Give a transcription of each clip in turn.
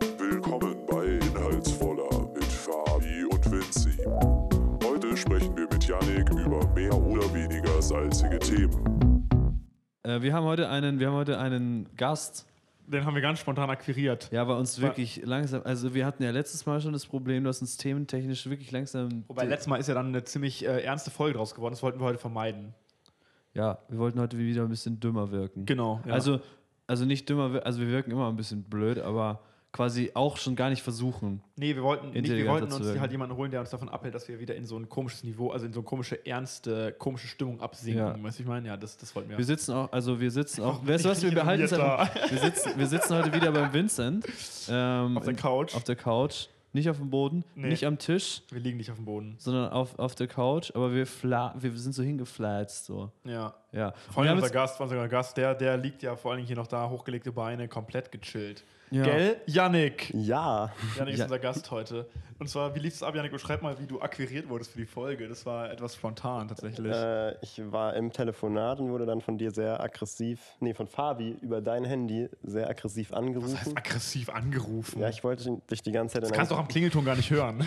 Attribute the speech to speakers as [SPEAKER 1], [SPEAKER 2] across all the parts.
[SPEAKER 1] willkommen bei Inhaltsvoller mit Fabi und Vinci. Heute sprechen wir mit Yannick über mehr oder weniger salzige Themen.
[SPEAKER 2] Äh, wir haben heute einen, wir haben heute einen Gast.
[SPEAKER 3] Den haben wir ganz spontan akquiriert.
[SPEAKER 2] Ja, bei uns wirklich langsam. Also wir hatten ja letztes Mal schon das Problem, dass uns thementechnisch wirklich langsam.
[SPEAKER 3] Wobei letztes Mal ist ja dann eine ziemlich äh, ernste Folge draus geworden. Das wollten wir heute vermeiden.
[SPEAKER 2] ja, wir wollten heute wieder ein bisschen dümmer wirken.
[SPEAKER 3] Genau, ja.
[SPEAKER 2] Also, also nicht dümmer, wir- also wir wirken immer ein bisschen blöd, aber quasi auch schon gar nicht versuchen.
[SPEAKER 3] Nee, wir wollten, nicht, wir
[SPEAKER 2] Intelligenter
[SPEAKER 3] wollten
[SPEAKER 2] zu
[SPEAKER 3] uns
[SPEAKER 2] wirken.
[SPEAKER 3] halt jemanden holen, der uns davon abhält, dass wir wieder in so ein komisches Niveau, also in so eine komische, ernste, komische Stimmung absinken.
[SPEAKER 2] Ja.
[SPEAKER 3] Weißt du, ich meine? Ja, das, das wollten wir.
[SPEAKER 2] Wir sitzen auch, also wir sitzen auch. Weißt du was,
[SPEAKER 3] bin
[SPEAKER 2] wir
[SPEAKER 3] ich
[SPEAKER 2] behalten es
[SPEAKER 3] jetzt
[SPEAKER 2] einfach. Wir sitzen, wir sitzen heute wieder beim Vincent. ähm,
[SPEAKER 3] Auf der
[SPEAKER 2] in-
[SPEAKER 3] Couch.
[SPEAKER 2] Auf der Couch. Nicht auf dem Boden,
[SPEAKER 3] Nee.
[SPEAKER 2] nicht am Tisch,
[SPEAKER 3] wir liegen nicht auf dem Boden.
[SPEAKER 2] sondern auf, auf der Couch. Aber wir, fla wir sind so hingeflatzt. So.
[SPEAKER 3] Ja.
[SPEAKER 2] Ja.
[SPEAKER 3] Vor
[SPEAKER 2] Wir
[SPEAKER 3] allem
[SPEAKER 2] haben
[SPEAKER 3] unser
[SPEAKER 2] jetzt-
[SPEAKER 3] Gast, unser Gast, der, der liegt ja vor allen Dingen hier noch da, hochgelegte Beine, komplett gechillt.
[SPEAKER 2] Ja.
[SPEAKER 3] Gell? Yannick.
[SPEAKER 4] Ja,
[SPEAKER 3] Yannick
[SPEAKER 2] Ja.
[SPEAKER 3] ist unser Gast heute. Und zwar, wie lief es ab, Yannick? Beschreib mal, wie du akquiriert wurdest für die Folge. Das war etwas spontan tatsächlich.
[SPEAKER 4] äh, ich war im Telefonat und wurde dann von dir sehr aggressiv, nee, von Fabi über dein Handy sehr aggressiv angerufen.
[SPEAKER 3] Das heißt aggressiv angerufen.
[SPEAKER 4] ja, ich wollte dich die ganze Zeit
[SPEAKER 3] das kannst du auch am Klingelton gar nicht hören,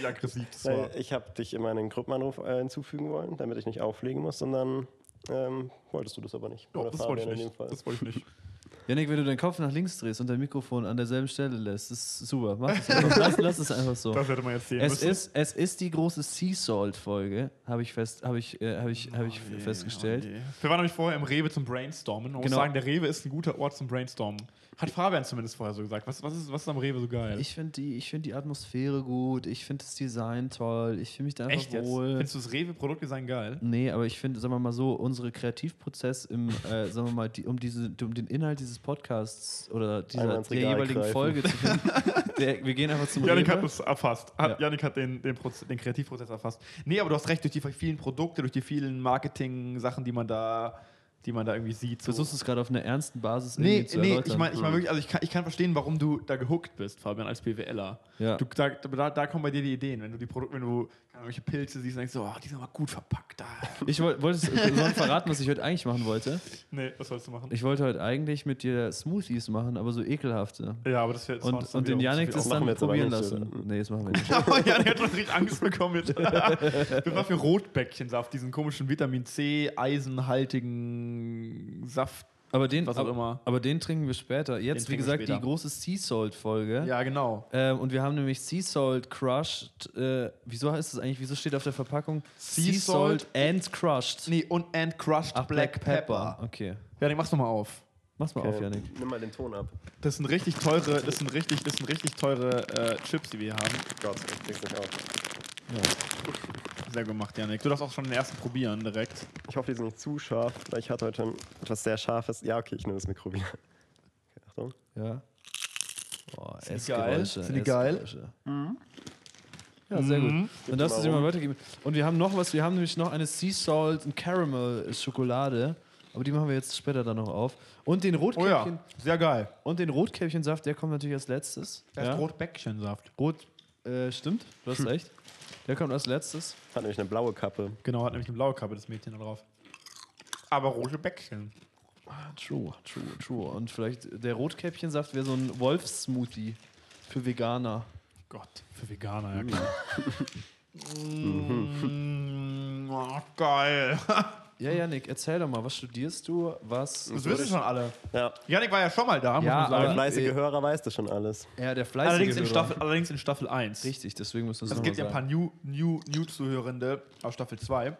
[SPEAKER 3] wie aggressiv das war.
[SPEAKER 4] äh, Ich habe dich immer in einen Gruppenanruf äh, hinzufügen wollen, damit ich nicht auflegen muss und dann ähm, wolltest du das aber nicht.
[SPEAKER 3] Ja,
[SPEAKER 4] Oder
[SPEAKER 3] Oh, das,
[SPEAKER 4] Fabian
[SPEAKER 3] wollte ich
[SPEAKER 4] in dem
[SPEAKER 3] nicht.
[SPEAKER 4] Fall.
[SPEAKER 3] das wollte ich nicht.
[SPEAKER 2] Janik, wenn du deinen Kopf nach links drehst und dein Mikrofon an derselben Stelle lässt, ist super. Mach es einfach. lass, lass es einfach so.
[SPEAKER 3] Das hätte man jetzt sehen
[SPEAKER 2] Es
[SPEAKER 3] müssen.
[SPEAKER 2] ist, es ist die große Sea Salt Folge, habe ich fest, habe ich, äh, habe ich, habe ich
[SPEAKER 3] Nee,
[SPEAKER 2] festgestellt.
[SPEAKER 3] nee. Wir waren nämlich vorher im Rewe zum Brainstormen. Man
[SPEAKER 2] Genau.
[SPEAKER 3] muss sagen, der Rewe ist ein guter Ort zum Brainstormen. Hat Fabian zumindest vorher so gesagt. Was, was, ist, was ist am Rewe so geil?
[SPEAKER 2] Ich finde die, ich finde die Atmosphäre gut. Ich finde das Design toll. Ich fühle mich da einfach
[SPEAKER 3] Echt jetzt?
[SPEAKER 2] wohl.
[SPEAKER 3] Findest du das Rewe-Produktdesign geil?
[SPEAKER 2] Nee, aber ich finde, sagen wir mal so, unsere Kreativprozess im, äh, sagen wir mal, die, um, diese, um den Inhalt dieses Podcasts oder
[SPEAKER 4] Einmal
[SPEAKER 2] dieser,
[SPEAKER 4] ins
[SPEAKER 2] der
[SPEAKER 4] Regal
[SPEAKER 2] jeweiligen
[SPEAKER 4] greifen.
[SPEAKER 2] Folge zu finden, der, wir gehen einfach zum
[SPEAKER 3] Janik
[SPEAKER 2] Rewe.
[SPEAKER 3] hat das erfasst. Hat,
[SPEAKER 2] Ja.
[SPEAKER 3] Janik hat den, den, Proz den Kreativprozess erfasst. Nee, aber du hast recht, durch die vielen Produkte, durch die vielen Marketing-Sachen, die man da, die man da irgendwie sieht.
[SPEAKER 2] Du versuchst es gerade auf einer ernsten Basis irgendwie
[SPEAKER 3] Nee,
[SPEAKER 2] zu
[SPEAKER 3] nee,
[SPEAKER 2] erläutern. Hm.
[SPEAKER 3] ich meine, ich mein wirklich, also ich kann, ich kann verstehen, warum du da gehuckt bist, Fabian, als BWLer.
[SPEAKER 2] Ja.
[SPEAKER 3] Du, da, da, da kommen bei dir die Ideen. Wenn du die Produkte, wenn du irgendwelche Pilze siehst, denkst du, oh, die sind aber gut verpackt. Ah.
[SPEAKER 2] Ich woll- wollte soll ich verraten, was ich heute eigentlich machen wollte.
[SPEAKER 3] Nee, was sollst du machen?
[SPEAKER 2] Ich wollte heute eigentlich mit dir Smoothies machen, aber so ekelhafte.
[SPEAKER 3] ja, aber das wäre jetzt
[SPEAKER 2] Und, und den Janik das dann
[SPEAKER 4] Machen wir jetzt aber
[SPEAKER 2] probieren
[SPEAKER 4] nicht,
[SPEAKER 2] lassen.
[SPEAKER 3] also.
[SPEAKER 2] Nee, das machen wir nicht.
[SPEAKER 3] Aber Janik hat schon richtig Angst bekommen jetzt. Wir waren für Rotbäckchensaft, diesen komischen Vitamin C, eisenhaltigen Saft.
[SPEAKER 2] Aber den,
[SPEAKER 3] Was auch immer.
[SPEAKER 2] aber den trinken wir später. Jetzt, wie
[SPEAKER 3] trinken wir
[SPEAKER 2] gesagt, die
[SPEAKER 3] später.
[SPEAKER 2] große Sea Salt-Folge.
[SPEAKER 3] Ja, genau.
[SPEAKER 2] Ähm, und wir haben nämlich Sea Salt Crushed. Äh, wieso heißt das eigentlich? Wieso steht auf der Verpackung
[SPEAKER 3] Sea Salt
[SPEAKER 2] and Crushed?
[SPEAKER 3] Nee, und and crushed
[SPEAKER 2] Ach,
[SPEAKER 3] black, pepper.
[SPEAKER 2] Okay.
[SPEAKER 3] Janik, mach's nochmal auf.
[SPEAKER 2] Mach's mal auf,
[SPEAKER 4] Okay,
[SPEAKER 2] Janik.
[SPEAKER 4] nimm mal den Ton ab.
[SPEAKER 3] Das sind richtig teure, das sind richtig, das sind richtig teure äh, Chips, die wir hier haben.
[SPEAKER 4] Gott, ich krieg's nicht auf.
[SPEAKER 3] Sehr gemacht, Janik. Du darfst auch schon den ersten probieren direkt.
[SPEAKER 4] Ich hoffe, die sind nicht zu scharf, weil ich hatte heute ein- etwas sehr Scharfes. Ja, okay, ich nehme das Mikro wieder. Okay, Achtung.
[SPEAKER 2] Ja. Boah,
[SPEAKER 3] Sind die geil?
[SPEAKER 2] Essgeräusche,
[SPEAKER 3] Sind die geil?
[SPEAKER 2] Essgeräusche. Ja, sehr gut. Dann darfst Mhm. du sie mal weitergeben. Und wir haben noch was, wir haben nämlich noch eine Sea Salt und Caramel Schokolade. Aber die machen wir jetzt später dann noch auf. Und den
[SPEAKER 3] Oh
[SPEAKER 2] Rotkäppchen,
[SPEAKER 3] ja, sehr geil.
[SPEAKER 2] und den Rotkäppchensaft, der kommt natürlich als letztes.
[SPEAKER 3] Das
[SPEAKER 2] ja?
[SPEAKER 3] ist Hm. Rotbäckchensaft.
[SPEAKER 2] Rot äh, stimmt, du hast recht. Der kommt als letztes.
[SPEAKER 4] Hat nämlich eine blaue Kappe.
[SPEAKER 3] Genau, hat nämlich eine blaue Kappe, das Mädchen da drauf. Aber rote Bäckchen.
[SPEAKER 2] True, true, true. Und vielleicht der Rotkäppchensaft wäre so ein Wolfssmoothie für Veganer.
[SPEAKER 3] Gott, für Veganer, ja klar. Mm, oh, geil.
[SPEAKER 2] Ja, Janik, erzähl doch mal, was studierst du? Was.
[SPEAKER 3] Das wissen schon alle.
[SPEAKER 4] Ja,
[SPEAKER 3] Janik war ja schon mal da, muss
[SPEAKER 2] Ja,
[SPEAKER 3] man
[SPEAKER 4] der
[SPEAKER 3] sagen.
[SPEAKER 2] aber-
[SPEAKER 4] fleißige
[SPEAKER 2] äh,
[SPEAKER 4] Hörer weiß das schon alles.
[SPEAKER 2] Ja, der Fleiß.
[SPEAKER 3] Allerdings in, Staffel, allerdings in Staffel 1.
[SPEAKER 2] Richtig, deswegen müssen wir
[SPEAKER 3] Also es gibt ja ein paar New, New, New-Zuhörende aus Staffel 2.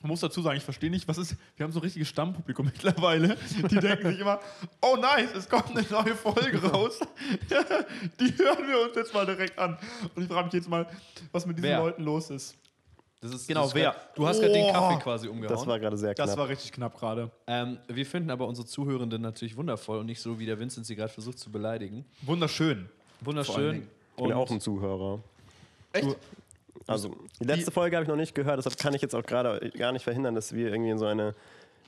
[SPEAKER 3] Man muss dazu sagen, ich verstehe nicht, was ist. Wir haben so ein richtiges Stammpublikum mittlerweile. Die denken sich immer, oh nice, es kommt eine neue Folge
[SPEAKER 4] Genau.
[SPEAKER 3] raus. Die hören wir uns jetzt mal direkt an. Und ich frage mich jetzt mal, was mit diesen
[SPEAKER 2] Wer?
[SPEAKER 3] Leuten los ist.
[SPEAKER 2] Das ist,
[SPEAKER 3] Genau,
[SPEAKER 2] das ist
[SPEAKER 3] wer?
[SPEAKER 2] grad- Du hast gerade den
[SPEAKER 3] Oh!
[SPEAKER 2] Kaffee quasi umgehauen.
[SPEAKER 4] Das war gerade sehr knapp.
[SPEAKER 3] Das war richtig knapp gerade.
[SPEAKER 2] ähm, wir finden aber unsere Zuhörenden natürlich wundervoll und nicht so, wie der Vincent sie gerade versucht zu beleidigen.
[SPEAKER 3] Wunderschön. Vor allen
[SPEAKER 2] Wunderschön.
[SPEAKER 3] Dingen.
[SPEAKER 4] ich bin auch ein Zuhörer.
[SPEAKER 3] Echt?
[SPEAKER 4] Also, die letzte Folge habe ich noch nicht gehört, deshalb kann ich jetzt auch gerade gar nicht verhindern, dass wir irgendwie in so eine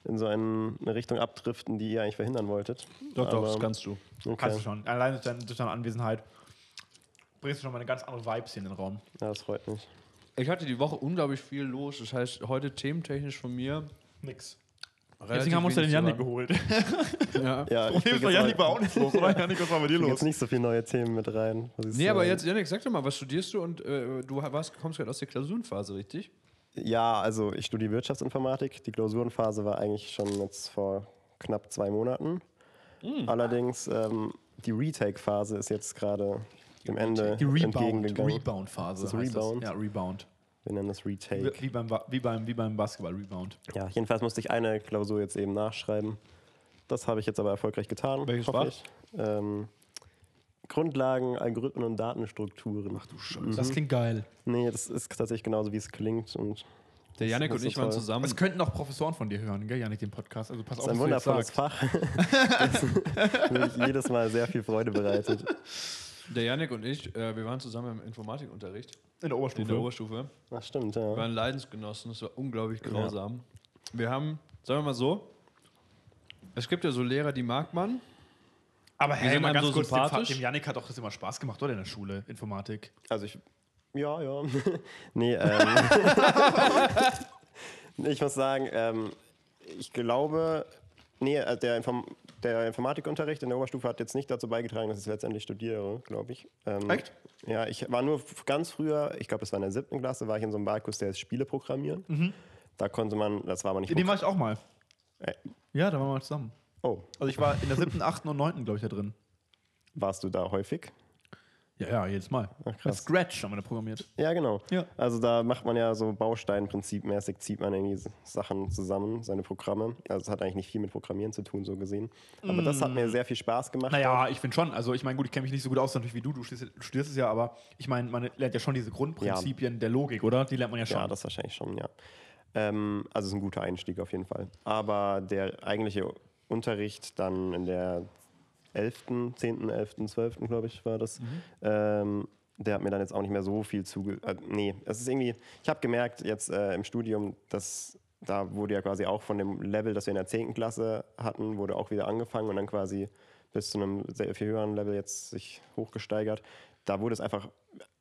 [SPEAKER 4] in so einen- eine Richtung abdriften, die ihr eigentlich verhindern wolltet.
[SPEAKER 2] Doch, doch,
[SPEAKER 4] Aber-
[SPEAKER 2] das kannst du.
[SPEAKER 4] Okay.
[SPEAKER 3] Kannst du schon. Allein durch deine, durch deine Anwesenheit bringst du schon mal eine ganz andere Vibes hier in den Raum.
[SPEAKER 4] Ja, das freut mich.
[SPEAKER 2] Ich hatte die Woche unglaublich viel los. Das heißt, heute thementechnisch von mir
[SPEAKER 3] Nix. Deswegen haben wir uns ja den Janik geholt.
[SPEAKER 2] Ja.
[SPEAKER 4] Ja, ich
[SPEAKER 3] Problem
[SPEAKER 4] krieg
[SPEAKER 3] ist, der
[SPEAKER 4] jetzt
[SPEAKER 3] Janik war auch nicht los, oder? Janik, was war bei dir
[SPEAKER 4] krieg
[SPEAKER 3] los?
[SPEAKER 4] jetzt nicht so viele neue Themen mit rein. muss ich
[SPEAKER 2] Nee, aber
[SPEAKER 4] sagen.
[SPEAKER 2] jetzt, Janik, sag doch mal, was studierst du? Und äh, du warst, kommst gerade aus der Klausurenphase, richtig?
[SPEAKER 4] Ja, also ich studiere Wirtschaftsinformatik. Die Klausurenphase war eigentlich schon jetzt vor knapp zwei Monaten.
[SPEAKER 3] Hm.
[SPEAKER 4] Allerdings ähm, die Retake-Phase ist jetzt gerade dem Ende
[SPEAKER 3] Die Rebound,
[SPEAKER 4] entgegengegangen.
[SPEAKER 3] Rebound-Phase.
[SPEAKER 4] Das
[SPEAKER 3] heißt
[SPEAKER 4] ist Rebound.
[SPEAKER 3] Das. Ja, Rebound.
[SPEAKER 4] Wir nennen das Retake.
[SPEAKER 3] Wie, wie, beim, Ba- wie, beim, wie beim Basketball, Rebound.
[SPEAKER 4] Ja, jedenfalls musste ich eine Klausur jetzt eben nachschreiben. Das habe ich jetzt aber erfolgreich getan.
[SPEAKER 3] Welches
[SPEAKER 4] hoffe
[SPEAKER 3] war?
[SPEAKER 4] ich. Ähm, Grundlagen, Algorithmen und Datenstrukturen. Ach du Scheiße.
[SPEAKER 3] Mhm. Das klingt geil.
[SPEAKER 4] Nee, das ist tatsächlich genauso, wie es klingt. Und
[SPEAKER 2] Der Janik
[SPEAKER 4] das
[SPEAKER 2] und
[SPEAKER 4] ist
[SPEAKER 2] ich waren
[SPEAKER 4] toll.
[SPEAKER 2] zusammen.
[SPEAKER 3] Das könnten auch Professoren von dir hören, gell, Janik, den Podcast. Also pass
[SPEAKER 4] es
[SPEAKER 3] auf,
[SPEAKER 4] ist ein
[SPEAKER 3] was du jetzt
[SPEAKER 4] wundervolles
[SPEAKER 3] sagst.
[SPEAKER 4] Fach. das mir jedes Mal sehr viel Freude bereitet.
[SPEAKER 2] Der Janik und ich, äh, wir waren zusammen im Informatikunterricht
[SPEAKER 3] In der
[SPEAKER 2] in
[SPEAKER 3] Oberstufe.
[SPEAKER 2] der Oberstufe.
[SPEAKER 4] Ach, stimmt,
[SPEAKER 2] Wir
[SPEAKER 4] ja.
[SPEAKER 2] waren Leidensgenossen, das war unglaublich grausam. Wir haben, sagen wir mal so, es gibt ja so Lehrer, die mag man.
[SPEAKER 3] Aber hey,
[SPEAKER 2] sind
[SPEAKER 3] mal
[SPEAKER 2] einem
[SPEAKER 3] ganz
[SPEAKER 2] so
[SPEAKER 3] kurz, dem, Fa-
[SPEAKER 2] sympathisch.
[SPEAKER 3] dem Janik hat auch das immer Spaß gemacht, oder, in der Schule, Informatik.
[SPEAKER 4] Also ich. Ja, ja. nee, ähm. ich muss sagen, ähm, ich glaube, nee, also der, Inform der Informatikunterricht in der Oberstufe hat jetzt nicht dazu beigetragen, dass ich letztendlich studiere, glaube ich. Ähm,
[SPEAKER 3] Echt?
[SPEAKER 4] Ja, ich war nur f- ganz früher, ich glaube, das war in der siebten Klasse, war ich in so einem Barkurs, der ist Spiele programmieren. Da konnte man, das war aber nicht.
[SPEAKER 3] In dem war ich auch mal.
[SPEAKER 4] Äh,
[SPEAKER 3] Ja, da waren wir mal zusammen.
[SPEAKER 4] oh,
[SPEAKER 3] Also ich war in der siebten, achten und neunten, glaube ich, da drin.
[SPEAKER 4] warst du da häufig?
[SPEAKER 3] Ja, ja, jedes Mal. Mit
[SPEAKER 4] krass.
[SPEAKER 3] Scratch haben wir da programmiert.
[SPEAKER 4] Ja, genau.
[SPEAKER 3] Ja.
[SPEAKER 4] Also da macht man ja so Bausteinprinzipmäßig, zieht man irgendwie s- Sachen zusammen, seine Programme. Also es hat eigentlich nicht viel mit Programmieren zu tun, so gesehen. Aber das hat
[SPEAKER 3] Mm.
[SPEAKER 4] mir sehr viel Spaß gemacht.
[SPEAKER 3] Naja, ich finde schon. Also ich meine, gut, ich kenne mich nicht so gut aus natürlich wie du. Du studierst, du studierst es ja, aber ich meine, man lernt ja schon diese Grundprinzipien der Logik, oder? Die lernt man ja schon.
[SPEAKER 4] Ja, das wahrscheinlich schon, ja. Ähm, also es ist ein guter Einstieg auf jeden Fall. Aber der eigentliche Unterricht dann in der 11., 10., 11., 12., glaube ich, war das.
[SPEAKER 3] Mhm.
[SPEAKER 4] Ähm, der hat mir dann jetzt auch nicht mehr so viel zuge... Äh, nee, es ist irgendwie... Ich habe gemerkt jetzt äh, im Studium, dass da wurde ja quasi auch von dem Level, das wir in der 10. Klasse hatten, wurde auch wieder angefangen und dann quasi bis zu einem sehr viel höheren Level jetzt sich hochgesteigert. Da wurde es einfach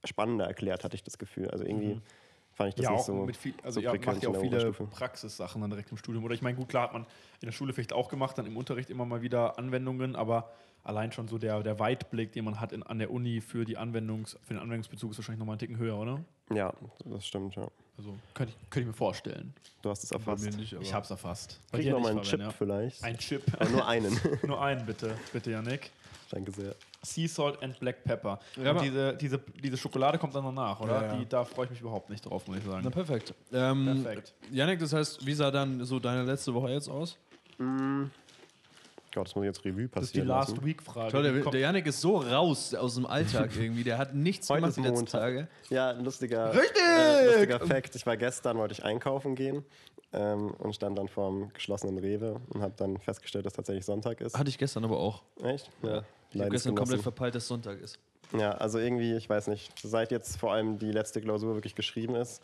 [SPEAKER 4] spannender erklärt, hatte ich das Gefühl. Also irgendwie
[SPEAKER 3] Mhm.
[SPEAKER 4] fand ich das
[SPEAKER 3] ja,
[SPEAKER 4] nicht
[SPEAKER 3] auch
[SPEAKER 4] so.
[SPEAKER 3] mit viel, also
[SPEAKER 4] so
[SPEAKER 3] ihr
[SPEAKER 4] prickelnd
[SPEAKER 3] macht ja
[SPEAKER 4] in
[SPEAKER 3] auch
[SPEAKER 4] der
[SPEAKER 3] viele
[SPEAKER 4] Oberstufe.
[SPEAKER 3] Praxissachen dann direkt im Studium. Oder ich meine, gut, klar hat man in der Schule vielleicht auch gemacht, dann im Unterricht immer mal wieder Anwendungen, aber allein schon so der, der Weitblick, den man hat in, an der Uni für, die Anwendungs, für den Anwendungsbezug ist wahrscheinlich nochmal einen Ticken höher, oder?
[SPEAKER 4] Ja, das stimmt, ja.
[SPEAKER 3] Also könnte ich, könnte ich mir vorstellen.
[SPEAKER 4] Du hast es erfasst.
[SPEAKER 2] nicht,
[SPEAKER 3] Ich hab's erfasst. Bei
[SPEAKER 4] Krieg
[SPEAKER 3] dir
[SPEAKER 4] noch mal einen
[SPEAKER 3] nicht,
[SPEAKER 4] Chip
[SPEAKER 3] Fabian,
[SPEAKER 4] vielleicht.
[SPEAKER 3] ja. Ein Chip.
[SPEAKER 4] Aber nur einen.
[SPEAKER 3] Nur einen bitte, bitte, Janik.
[SPEAKER 4] Danke sehr.
[SPEAKER 3] Sea Salt and Black Pepper.
[SPEAKER 2] Ja,
[SPEAKER 3] und
[SPEAKER 2] aber-
[SPEAKER 3] diese, diese, diese Schokolade kommt dann noch nach, oder?
[SPEAKER 2] Ja, ja.
[SPEAKER 3] Die, da freue ich mich überhaupt nicht drauf, muss ich sagen.
[SPEAKER 2] Na, perfekt. Ähm,
[SPEAKER 3] Perfekt.
[SPEAKER 2] Janik, das heißt, wie sah dann so deine letzte Woche jetzt aus?
[SPEAKER 4] Gott, das muss ich jetzt Revue
[SPEAKER 3] Das ist die
[SPEAKER 4] passieren lassen.
[SPEAKER 3] Last-Week-Frage.
[SPEAKER 2] Toll,
[SPEAKER 3] Die
[SPEAKER 2] der,
[SPEAKER 3] kommt-
[SPEAKER 2] der Janik ist so raus aus dem Alltag irgendwie. Der hat nichts
[SPEAKER 4] Heute
[SPEAKER 2] gemacht
[SPEAKER 4] ist
[SPEAKER 2] die letzten
[SPEAKER 4] Montag.
[SPEAKER 2] Tage.
[SPEAKER 4] Ja, ein lustiger,
[SPEAKER 3] Richtig!
[SPEAKER 4] Äh, lustiger Fact. Ich war gestern, wollte ich einkaufen gehen ähm, und stand dann vorm geschlossenen Rewe und habe dann festgestellt, dass tatsächlich Sonntag ist.
[SPEAKER 2] Hatte ich gestern aber auch.
[SPEAKER 4] Echt?
[SPEAKER 2] Ich habe gestern
[SPEAKER 4] Leidensgenossen.
[SPEAKER 2] komplett verpeilt, dass Sonntag ist.
[SPEAKER 4] Ja, also irgendwie, ich weiß nicht, seit jetzt vor allem die letzte Klausur wirklich geschrieben ist,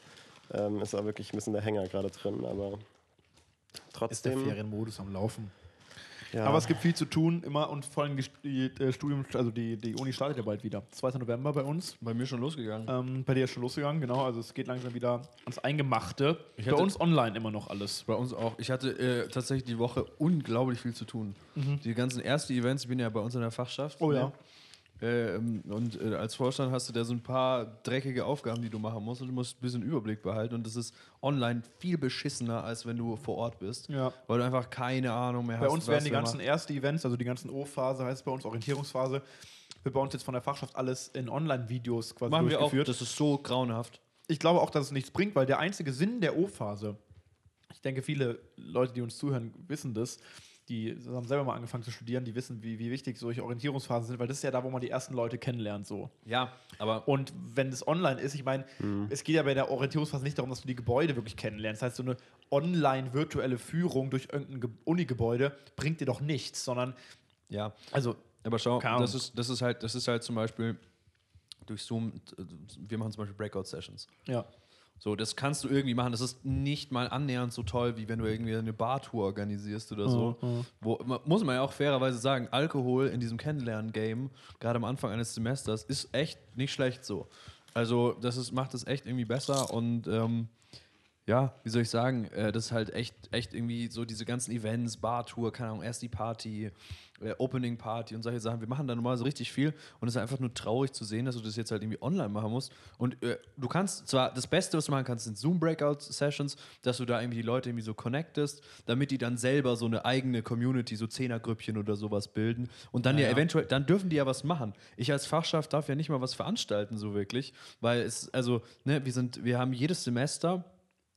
[SPEAKER 4] ähm, ist da wirklich ein bisschen der Hänger gerade drin, aber
[SPEAKER 3] ist der
[SPEAKER 4] trotzdem.
[SPEAKER 3] Ferienmodus am Laufen.
[SPEAKER 4] ja,
[SPEAKER 3] Aber es gibt viel zu tun immer und vor allem die, die, äh, Studium, also die, die Uni startet ja bald wieder. 2. November bei uns.
[SPEAKER 2] Bei mir schon losgegangen.
[SPEAKER 3] Ähm, bei dir ist schon losgegangen, genau. Also es geht langsam wieder ans Eingemachte.
[SPEAKER 2] Ich
[SPEAKER 3] bei
[SPEAKER 2] hatte-
[SPEAKER 3] uns online immer noch alles.
[SPEAKER 2] Bei uns auch. Ich hatte äh, tatsächlich die Woche unglaublich viel zu tun. Die ganzen ersten Events, ich bin ja bei uns in der Fachschaft.
[SPEAKER 3] Oh ja.
[SPEAKER 2] ne? Ähm, und äh, als Vorstand hast du da so ein paar dreckige Aufgaben, die du machen musst und du musst ein bisschen Überblick behalten. Und das ist online viel beschissener, als wenn du vor Ort bist.
[SPEAKER 3] Ja.
[SPEAKER 2] Weil du einfach keine Ahnung mehr
[SPEAKER 3] Bei
[SPEAKER 2] hast.
[SPEAKER 3] uns
[SPEAKER 2] was
[SPEAKER 3] werden die
[SPEAKER 2] wir
[SPEAKER 3] ganzen
[SPEAKER 2] machen.
[SPEAKER 3] ersten Events, also die ganzen O-Phase, heißt es bei uns Orientierungsphase, wird bei uns jetzt von der Fachschaft alles in Online-Videos quasi
[SPEAKER 2] Machen wir auch.
[SPEAKER 3] durchgeführt.
[SPEAKER 2] Das ist so grauenhaft.
[SPEAKER 3] ich glaube auch, dass es nichts bringt, weil der einzige Sinn der O-Phase, ich denke, viele Leute, die uns zuhören, wissen das, die haben selber mal angefangen zu studieren, die wissen, wie, wie wichtig solche Orientierungsphasen sind, weil das ist ja da, wo man die ersten Leute kennenlernt. So.
[SPEAKER 2] Ja, aber.
[SPEAKER 3] Und wenn es online ist, ich meine, es geht ja bei der Orientierungsphase nicht darum, dass du die Gebäude wirklich kennenlernst. Das heißt, so eine online virtuelle Führung durch irgendein Ge- Uni-Gebäude bringt dir doch nichts, sondern,
[SPEAKER 2] Ja,
[SPEAKER 3] also,
[SPEAKER 2] Aber schau,
[SPEAKER 3] Keine Ahnung.
[SPEAKER 2] das ist, das ist halt, das ist halt zum Beispiel durch Zoom, äh, wir machen zum Beispiel Breakout-Sessions.
[SPEAKER 3] ja.
[SPEAKER 2] So, das kannst du irgendwie machen. Das ist nicht mal annähernd so toll, wie wenn du irgendwie eine Bartour organisierst oder so. Wo, man- muss man ja auch fairerweise sagen, Alkohol in diesem Kennenlernen-Game, gerade am Anfang eines Semesters, ist echt nicht schlecht so. Also, das ist, macht es echt irgendwie besser und ähm, ja, wie soll ich sagen, äh, das ist halt echt, echt irgendwie so diese ganzen Events, Bartour, keine Ahnung, erst die Party, äh, Opening Party und solche Sachen. Wir machen da normal so richtig viel und es ist einfach nur traurig zu sehen, dass du das jetzt halt irgendwie online machen musst. Und äh, du kannst zwar das Beste, was du machen kannst, sind Zoom-Breakout-Sessions, dass du da irgendwie die Leute irgendwie so connectest, damit die dann selber so eine eigene Community, so Zehnergrüppchen oder sowas bilden und dann ja,
[SPEAKER 3] ja.
[SPEAKER 2] eventuell, dann dürfen die ja was machen. Ich als Fachschaft darf ja nicht mal was veranstalten, so wirklich, weil es, also, ne, wir sind, wir haben jedes Semester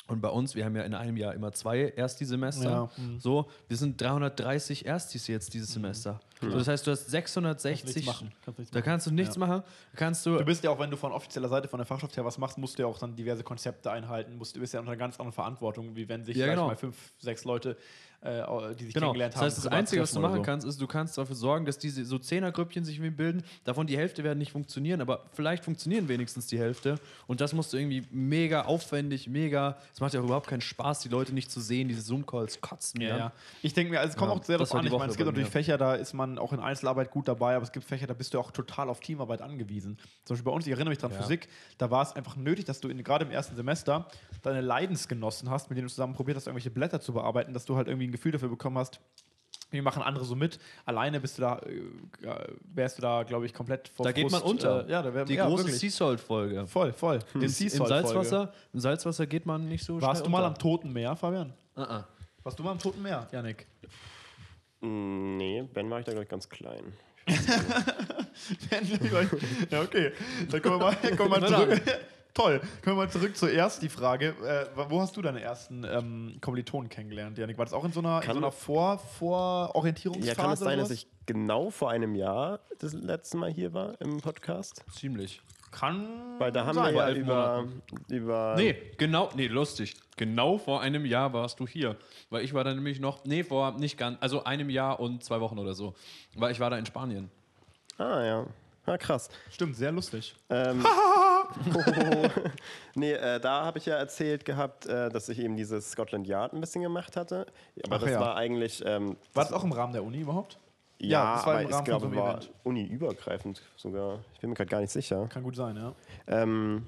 [SPEAKER 2] und bei uns, wir haben ja in einem Jahr immer zwei Ersti-Semester.
[SPEAKER 3] Ja, mhm.
[SPEAKER 2] So, wir sind 330 Erstis jetzt dieses Semester. So, das heißt, du hast 660.
[SPEAKER 5] Mhm. Kannst nichts machen. Kannst nichts
[SPEAKER 2] da
[SPEAKER 5] machen.
[SPEAKER 2] kannst du nichts machen. Da kannst du.
[SPEAKER 3] Du bist ja auch, wenn du von offizieller Seite, von der Fachschaft her was machst, musst du ja auch dann diverse Konzepte einhalten. Musst, du bist ja unter einer ganz anderen Verantwortung, wie wenn sich
[SPEAKER 2] Ja,
[SPEAKER 3] vielleicht
[SPEAKER 2] genau.
[SPEAKER 3] mal fünf, sechs Leute, äh, die sich
[SPEAKER 2] Genau.
[SPEAKER 3] kennengelernt
[SPEAKER 2] Das
[SPEAKER 3] haben.
[SPEAKER 2] heißt, das
[SPEAKER 3] privat
[SPEAKER 2] Einzige, was du
[SPEAKER 3] treffen oder
[SPEAKER 2] machen
[SPEAKER 3] so.
[SPEAKER 2] kannst, ist, du kannst dafür sorgen, dass diese so Zehnergrüppchen sich irgendwie bilden. Davon die Hälfte werden nicht funktionieren, aber vielleicht funktionieren wenigstens die Hälfte. Und das musst du irgendwie mega aufwendig, mega. Es macht ja auch überhaupt keinen Spaß, die Leute nicht zu sehen. Diese Zoom-Calls kotzen.
[SPEAKER 3] Ja,
[SPEAKER 2] dann.
[SPEAKER 3] ja. Ich denke mir, also es kommt
[SPEAKER 2] Ja,
[SPEAKER 3] auch sehr
[SPEAKER 2] das war
[SPEAKER 3] darauf an.
[SPEAKER 2] die
[SPEAKER 3] Ich meine,
[SPEAKER 2] Woche
[SPEAKER 3] es gibt
[SPEAKER 2] bei
[SPEAKER 3] natürlich
[SPEAKER 2] mir.
[SPEAKER 3] Fächer, da ist man auch in Einzelarbeit gut dabei, aber es gibt Fächer, da bist du auch total auf Teamarbeit angewiesen. Zum Beispiel bei uns, ich erinnere mich dran,
[SPEAKER 2] Ja.
[SPEAKER 3] Physik, da war es einfach nötig, dass du in, gerade im ersten Semester deine Leidensgenossen hast, mit denen du zusammen probiert hast, irgendwelche Blätter zu bearbeiten, dass du halt irgendwie ein Gefühl dafür bekommen hast, wie machen andere so mit. Alleine bist du da, äh, wärst du da, glaube ich, komplett vor
[SPEAKER 2] Da geht man
[SPEAKER 3] Frust,
[SPEAKER 2] unter.
[SPEAKER 3] Äh, ja, da wär,
[SPEAKER 2] Die
[SPEAKER 3] ja,
[SPEAKER 2] große
[SPEAKER 3] wirklich.
[SPEAKER 2] Seasalt-Folge.
[SPEAKER 3] Voll, voll. Die
[SPEAKER 2] Im, im,
[SPEAKER 3] Seasalt-Folge.
[SPEAKER 2] Salzwasser, Im Salzwasser geht man nicht so
[SPEAKER 3] Warst
[SPEAKER 2] schnell
[SPEAKER 3] du mal am
[SPEAKER 2] unter.
[SPEAKER 3] Toten Meer, Fabian?
[SPEAKER 2] Ah, ah.
[SPEAKER 3] Warst du mal am Toten Meer, Janik?
[SPEAKER 4] Mm, Nee, Ben war ich da, glaube ich, ganz klein.
[SPEAKER 3] ja, okay. Dann kommen wir mal, kommen wir mal zurück. Toll. Kommen wir mal zurück zuerst die Frage. Äh, wo hast du deine ersten ähm, Kommilitonen kennengelernt, Janik? War das auch in so einer, in so
[SPEAKER 4] Kann-
[SPEAKER 3] einer Vor, Vor Orientierungsphase?
[SPEAKER 4] Ja, kann es sein,
[SPEAKER 3] sowas?
[SPEAKER 4] dass ich genau vor einem Jahr das letzte Mal hier war im Podcast?
[SPEAKER 2] Ziemlich.
[SPEAKER 3] Kann
[SPEAKER 4] Weil da haben
[SPEAKER 3] sein,
[SPEAKER 4] wir ja
[SPEAKER 2] elf
[SPEAKER 4] über, über.
[SPEAKER 2] Nee, genau, nee, lustig. Genau vor einem Jahr warst du hier. Weil ich war da nämlich noch, nee, vor nicht ganz, also einem Jahr und zwei Wochen oder so. Weil ich war da in Spanien.
[SPEAKER 4] Ah, ja. Ah, krass.
[SPEAKER 3] Stimmt, sehr lustig.
[SPEAKER 4] Ähm, nee, äh, da habe ich ja erzählt gehabt, äh, dass ich eben dieses Scotland Yard ein bisschen gemacht hatte. Aber
[SPEAKER 3] Ach
[SPEAKER 4] das
[SPEAKER 3] ja.
[SPEAKER 4] war eigentlich. Ähm,
[SPEAKER 3] War das auch im Rahmen der Uni überhaupt?
[SPEAKER 4] ja,
[SPEAKER 3] das war im Rahmen
[SPEAKER 4] aber ich
[SPEAKER 3] von so
[SPEAKER 4] glaube,
[SPEAKER 3] einem
[SPEAKER 4] war
[SPEAKER 3] Event.
[SPEAKER 4] uniübergreifend sogar. Ich bin mir gerade gar nicht sicher.
[SPEAKER 3] Kann gut sein, ja.
[SPEAKER 4] Ähm,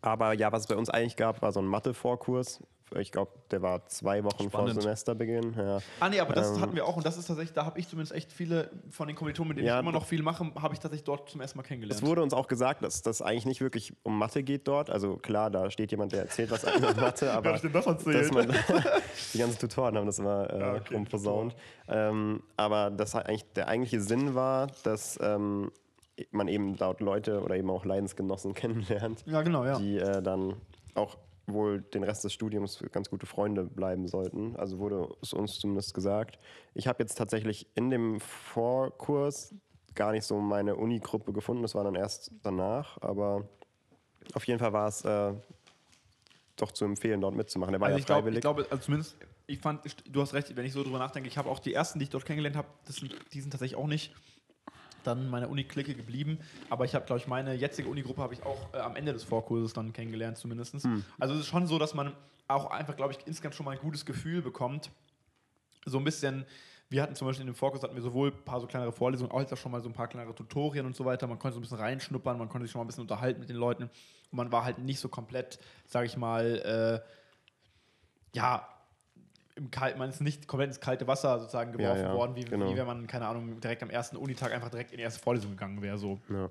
[SPEAKER 4] aber ja, was es bei uns eigentlich gab, war so ein Mathe-Vorkurs. Ich glaube, der war zwei Wochen
[SPEAKER 2] Spannend.
[SPEAKER 4] vor Semesterbeginn. Ja.
[SPEAKER 3] Ah nee, aber das
[SPEAKER 4] Ähm.
[SPEAKER 3] hatten wir auch und das ist tatsächlich, da habe ich zumindest echt viele von den Kommilitonen, mit denen
[SPEAKER 4] Ja,
[SPEAKER 3] ich immer
[SPEAKER 4] d-
[SPEAKER 3] noch viel mache, habe ich tatsächlich dort zum ersten Mal kennengelernt.
[SPEAKER 4] Es wurde uns auch gesagt, dass das eigentlich nicht wirklich um Mathe geht dort. Also klar, da steht jemand, der erzählt was an Mathe, aber
[SPEAKER 3] hat denn das erzählt?
[SPEAKER 4] dass man, die ganzen Tutoren haben das immer äh,
[SPEAKER 3] Ja, okay,
[SPEAKER 4] rumposaunt. Ähm, aber das hat eigentlich, der eigentliche Sinn war, dass ähm, man eben laut Leute oder eben auch Leidensgenossen kennenlernt,
[SPEAKER 3] ja, genau, ja.
[SPEAKER 4] die äh, dann auch wohl den Rest des Studiums ganz gute Freunde bleiben sollten. Also wurde es uns zumindest gesagt. Ich habe jetzt tatsächlich in dem Vorkurs gar nicht so meine Uni-Gruppe gefunden. Das war dann erst danach. Aber auf jeden Fall war es äh, doch zu empfehlen, dort mitzumachen. Der war
[SPEAKER 3] Also
[SPEAKER 4] ja
[SPEAKER 3] ich glaube,
[SPEAKER 4] freiwillig.
[SPEAKER 3] ich glaube, also zumindest, ich fand, du hast recht, wenn ich so drüber nachdenke, ich habe auch die ersten, die ich dort kennengelernt habe, das sind, die sind tatsächlich auch nicht dann in meiner Uni-Clique geblieben. Aber ich habe, glaube ich, meine jetzige Uni-Gruppe habe ich auch äh, am Ende des Vorkurses dann kennengelernt, zumindest.
[SPEAKER 4] Hm.
[SPEAKER 3] Also es ist schon so, dass man auch einfach, glaube ich, insgesamt schon mal ein gutes Gefühl bekommt. So ein bisschen, wir hatten zum Beispiel in dem Vorkurs hatten wir sowohl ein paar so kleinere Vorlesungen, auch jetzt auch schon mal so ein paar kleinere Tutorien und so weiter. Man konnte so ein bisschen reinschnuppern, man konnte sich schon mal ein bisschen unterhalten mit den Leuten. Und man war halt nicht so komplett, sage ich mal, äh, ja, im Kal man ist nicht komplett ins kalte Wasser sozusagen geworfen
[SPEAKER 4] ja,
[SPEAKER 3] worden, wie,
[SPEAKER 4] genau.
[SPEAKER 3] wie wenn man, keine Ahnung, direkt am ersten Unitag einfach direkt in die erste Vorlesung gegangen wäre. So.
[SPEAKER 4] Ja.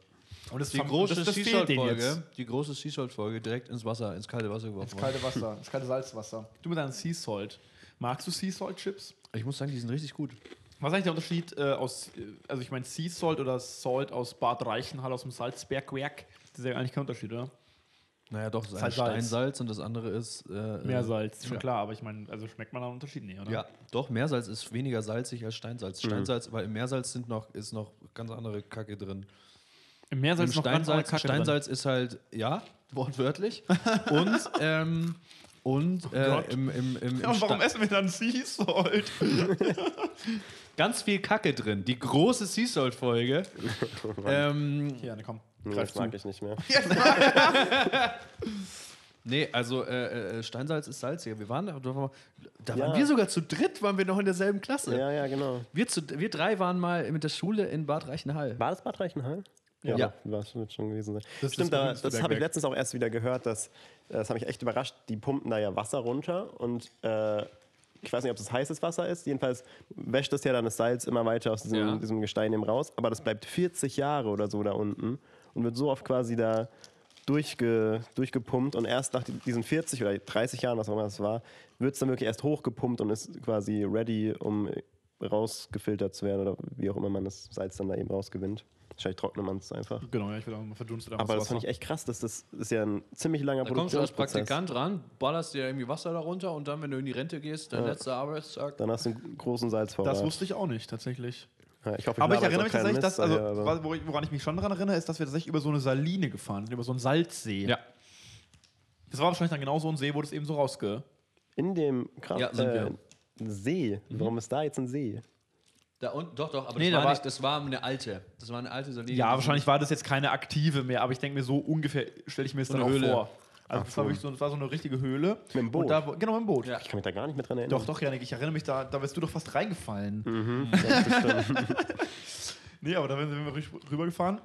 [SPEAKER 3] Und das,
[SPEAKER 2] Die
[SPEAKER 3] fam-
[SPEAKER 2] große
[SPEAKER 3] das, das fehlt denen
[SPEAKER 2] Seasalt-Folge,
[SPEAKER 3] jetzt.
[SPEAKER 2] die große Seasalt-Folge direkt ins Wasser, ins kalte Wasser geworfen.
[SPEAKER 3] Das
[SPEAKER 2] worden.
[SPEAKER 3] kalte Wasser, das kalte Salzwasser. Du mit deinem Sea Salt. Magst du Sea Salt Chips?
[SPEAKER 2] Ich muss sagen, die sind richtig gut.
[SPEAKER 3] Was ist eigentlich der Unterschied äh, aus, äh, also ich meine Sea Salt oder Salt aus Bad Reichenhall aus dem Salzbergwerk? Das ist ja eigentlich kein Unterschied, oder?
[SPEAKER 2] Naja, doch, das
[SPEAKER 3] Ist
[SPEAKER 2] eine
[SPEAKER 3] halt
[SPEAKER 2] ist
[SPEAKER 3] Salz.
[SPEAKER 2] Steinsalz und das andere ist. Äh,
[SPEAKER 3] Mehr
[SPEAKER 2] äh,
[SPEAKER 3] Salz, schon
[SPEAKER 2] ja.
[SPEAKER 3] klar, aber ich meine, also schmeckt man da einen Unterschied nicht, oder?
[SPEAKER 2] Ja, doch, Meersalz ist weniger salzig als Steinsalz. Steinsalz, weil im Meersalz sind noch, ist noch ganz andere Kacke drin.
[SPEAKER 3] Im Meersalz
[SPEAKER 2] Im
[SPEAKER 3] ist noch ganz andere
[SPEAKER 2] Steinsalz,
[SPEAKER 3] Kacke drin.
[SPEAKER 2] Steinsalz ist halt, ja, wortwörtlich. Und, ähm, und äh,
[SPEAKER 3] Oh Gott.
[SPEAKER 2] im, im, im, im
[SPEAKER 3] Ja, und warum
[SPEAKER 2] Stein-
[SPEAKER 3] essen wir dann Sea Salt?
[SPEAKER 2] ganz viel Kacke drin. Die große Seasalt-Folge. ähm,
[SPEAKER 3] Ja, ne, komm.
[SPEAKER 4] nee,
[SPEAKER 3] greif
[SPEAKER 4] das
[SPEAKER 3] zu.
[SPEAKER 4] mag ich nicht mehr.
[SPEAKER 2] nee, also äh, äh, Steinsalz ist salziger. Wir waren, da- da waren
[SPEAKER 4] Ja.
[SPEAKER 2] wir sogar zu dritt, waren wir noch in derselben Klasse.
[SPEAKER 4] Ja, ja, genau.
[SPEAKER 2] Wir, zu, wir drei waren mal mit der Schule in Bad Reichenhall.
[SPEAKER 4] War das Bad Reichenhall? Ja,
[SPEAKER 2] Ja.
[SPEAKER 4] Was wird schon gewesen sein.
[SPEAKER 3] Das ist das
[SPEAKER 4] Stimmt, da,
[SPEAKER 3] berühmteste
[SPEAKER 4] das habe ich
[SPEAKER 3] Bergwerk.
[SPEAKER 4] letztens auch erst wieder gehört, dass, äh, das habe ich echt überrascht, die pumpen da ja Wasser runter und äh, ich weiß nicht, ob das heißes Wasser ist. Jedenfalls wäscht das ja dann das Salz immer weiter aus diesem,
[SPEAKER 2] Ja.
[SPEAKER 4] diesem Gestein eben raus, aber das bleibt 40 Jahre oder so da unten und wird so oft quasi da durchge, durchgepumpt und erst nach diesen 40 oder 30 Jahren, was auch immer das war, wird es dann wirklich erst hochgepumpt und ist quasi ready, um rausgefiltert zu werden oder wie auch immer man das Salz dann da eben rausgewinnt. Wahrscheinlich trocknet man es einfach.
[SPEAKER 3] Genau, ja, ich will auch mal verdunstet
[SPEAKER 4] Aber das fand ich echt krass, dass das das ist ja ein ziemlich langer
[SPEAKER 2] Da kommst du als
[SPEAKER 4] Produktionsprozess.
[SPEAKER 2] Praktikant ran, ballerst dir irgendwie Wasser darunter und dann, wenn du in die Rente gehst, dein letzter Arbeitstag.
[SPEAKER 4] Dann hast du einen großen Salzvorrat.
[SPEAKER 3] Das wusste ich auch nicht, tatsächlich.
[SPEAKER 4] ja, ich hoffe, ich
[SPEAKER 3] Aber ich
[SPEAKER 4] laber jetzt
[SPEAKER 3] erinnere
[SPEAKER 4] auch
[SPEAKER 3] mich
[SPEAKER 4] keinen
[SPEAKER 3] tatsächlich,
[SPEAKER 4] Mist,
[SPEAKER 3] dass, also,
[SPEAKER 4] ja, aber-
[SPEAKER 3] was- wor- woran ich mich schon daran erinnere, ist, dass wir tatsächlich über so eine Saline gefahren sind, über so einen Salzsee. Das war wahrscheinlich dann genau so ein See, wo das eben so rausge.
[SPEAKER 4] in dem Kraft,
[SPEAKER 2] Ja, sind
[SPEAKER 4] äh,
[SPEAKER 2] wir.
[SPEAKER 4] See.
[SPEAKER 3] Mhm.
[SPEAKER 4] Warum ist da jetzt ein See?
[SPEAKER 2] Da unten, doch, doch, aber
[SPEAKER 3] Nee,
[SPEAKER 2] das,
[SPEAKER 3] da
[SPEAKER 2] war
[SPEAKER 3] war-
[SPEAKER 2] nicht, das war eine alte. Das war eine alte Saline.
[SPEAKER 3] Ja, wahrscheinlich war das jetzt keine aktive mehr, aber ich denke mir, so ungefähr stelle ich mir das
[SPEAKER 2] So
[SPEAKER 3] dann auch
[SPEAKER 2] eine Höhle.
[SPEAKER 3] vor. Also, das war, wirklich so, das war so eine richtige Höhle. Mit
[SPEAKER 4] dem Boot.
[SPEAKER 3] Und da, wo- genau, mit dem Boot.
[SPEAKER 2] Ja.
[SPEAKER 4] Ich kann mich da gar nicht mehr dran erinnern. Mhm.
[SPEAKER 3] Doch, Mhm. doch, Janik, ich erinnere mich, da, da bist du doch fast reingefallen. nee, aber da sind wir rü- rübergefahren.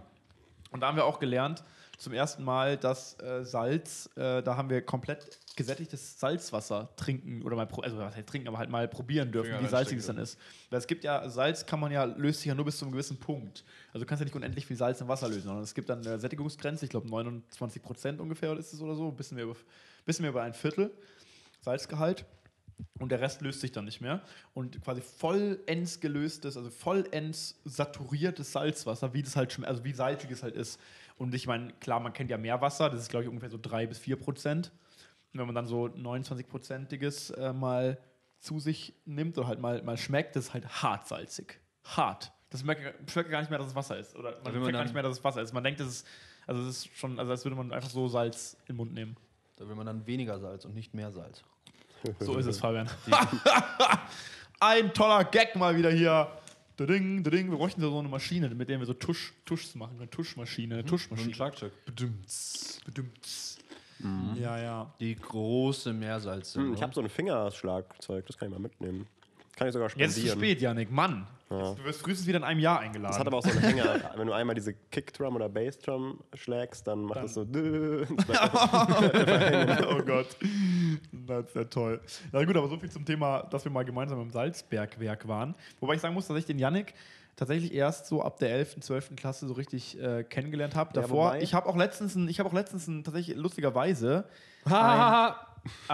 [SPEAKER 3] Und da haben wir auch gelernt, zum ersten Mal, dass äh, Salz, äh, da haben wir komplett gesättigtes Salzwasser trinken oder mal, pro- also was heißt trinken, aber halt mal probieren dürfen,
[SPEAKER 2] Finger
[SPEAKER 3] wie salzig es
[SPEAKER 2] reinstecken
[SPEAKER 3] dann ist. Weil es gibt ja, Salz kann man ja, löst sich ja nur bis zu einem gewissen Punkt. Also du kannst ja nicht unendlich viel Salz im Wasser lösen, sondern es gibt dann eine Sättigungsgrenze, ich glaube 29 Prozent ungefähr ist es oder so, ein bisschen mehr über, bisschen mehr über ein Viertel Salzgehalt. Und der Rest löst sich dann nicht mehr. Und quasi vollends gelöstes, also vollends saturiertes Salzwasser, wie das halt schme- also wie salzig es halt ist. Und ich meine, klar, man kennt ja Meerwasser, das ist, glaube ich, ungefähr so 3 bis 4 Prozent. Und wenn man dann so 29-prozentiges äh, mal zu sich nimmt oder halt mal, mal schmeckt, das ist halt hart salzig. Hart. Das schmeckt, schmeckt gar nicht mehr, dass es Wasser ist. Oder man
[SPEAKER 2] man
[SPEAKER 3] schmeckt gar
[SPEAKER 2] dann-
[SPEAKER 3] nicht mehr, dass es Wasser ist. Man denkt, das ist, also es ist schon, also als würde man einfach so Salz in den Mund nehmen.
[SPEAKER 2] Da will man dann weniger Salz und nicht mehr Salz.
[SPEAKER 3] So ist es, Fabian. Ein toller Gag mal wieder hier. Ding, ding. Wir bräuchten so eine Maschine, mit der wir so Tusch, Tuschs machen können. Tuschmaschine, Tuschmaschine.
[SPEAKER 2] Schlagzeug.
[SPEAKER 3] Bedümmts.
[SPEAKER 4] Mhm.
[SPEAKER 3] Ja, ja.
[SPEAKER 2] Die große Meersalze. ne?
[SPEAKER 4] Hm, Ich habe so ein Fingerschlagzeug, das kann ich mal mitnehmen. Kann ich sogar spendieren.
[SPEAKER 3] Jetzt ist es zu spät, Janik. Mann. Du wirst frühestens wieder in einem Jahr eingeladen.
[SPEAKER 4] Das hat aber auch so einen Hänger. Wenn du einmal diese Kickdrum oder Bassdrum schlägst, dann macht das so.
[SPEAKER 3] oh Gott. Das ist ja toll. Na gut, aber so viel zum Thema, dass wir mal gemeinsam im Salzbergwerk waren. Wobei ich sagen muss, dass ich den Yannick tatsächlich erst so ab der 11., 12. Klasse so richtig äh, kennengelernt habe.
[SPEAKER 4] Ja,
[SPEAKER 3] Davor,
[SPEAKER 4] wobei-
[SPEAKER 3] ich habe auch letztens, ein, ich habe auch letztens ein, tatsächlich lustigerweise Ah,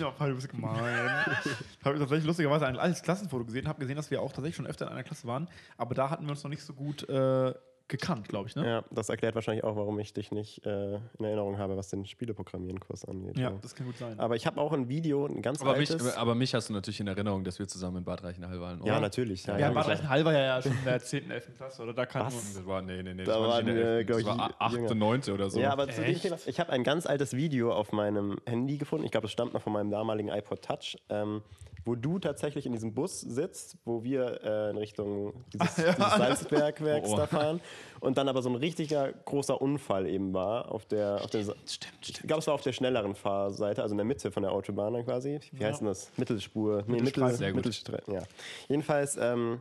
[SPEAKER 3] ja, Paul, du bist gemein. habe ich tatsächlich lustigerweise ein altes Klassenfoto gesehen, habe gesehen, dass wir auch tatsächlich schon öfter in einer Klasse waren, aber da hatten wir uns noch nicht so gut äh, gekannt, glaube ich, ne?
[SPEAKER 4] ja, das erklärt wahrscheinlich auch, warum ich dich nicht äh, in Erinnerung habe, was den Spieleprogrammierenkurs angeht.
[SPEAKER 3] Ja, das kann gut sein.
[SPEAKER 4] Aber ich habe auch ein Video, ein ganz
[SPEAKER 2] aber, mich, äh,
[SPEAKER 4] altes.
[SPEAKER 2] aber mich hast du natürlich in Erinnerung, dass wir zusammen in Bad Reichenhall waren.
[SPEAKER 4] ja, natürlich. Ja,
[SPEAKER 3] ja,
[SPEAKER 4] ja,
[SPEAKER 3] Bad
[SPEAKER 4] sicher.
[SPEAKER 3] Reichenhall war ja schon in der 10., 11. Klasse, oder? Da kann
[SPEAKER 4] Was?
[SPEAKER 2] Das war, nee, nee, nee.
[SPEAKER 4] Da
[SPEAKER 2] das war, nicht in
[SPEAKER 4] waren
[SPEAKER 2] der
[SPEAKER 4] wir, glaub
[SPEAKER 2] Elften.
[SPEAKER 4] ich,
[SPEAKER 2] das war
[SPEAKER 4] jünger.
[SPEAKER 2] achte, neunte oder so.
[SPEAKER 4] Ja, aber zu dem
[SPEAKER 3] Echt?
[SPEAKER 4] Thema, ich habe ein ganz altes Video auf meinem Handy gefunden. Ich glaube, es stammt noch von meinem damaligen iPod Touch, ähm, wo du tatsächlich in diesem Bus sitzt, wo wir äh, in Richtung dieses, dieses Salzbergwerks
[SPEAKER 2] Oh, oh.
[SPEAKER 4] da fahren. Und dann aber so ein richtiger großer Unfall eben war auf der. Auf der
[SPEAKER 2] stimmt,
[SPEAKER 4] ich glaube, es war auf der schnelleren Fahrseite, also in der Mitte von der Autobahn dann quasi. Wie heißt denn das? Mittelspur. Nee,
[SPEAKER 3] Mittelstreifen.
[SPEAKER 2] Sehr
[SPEAKER 4] Mittel,
[SPEAKER 2] gut.
[SPEAKER 4] Mittelstreifen. Ja. Jedenfalls, ähm,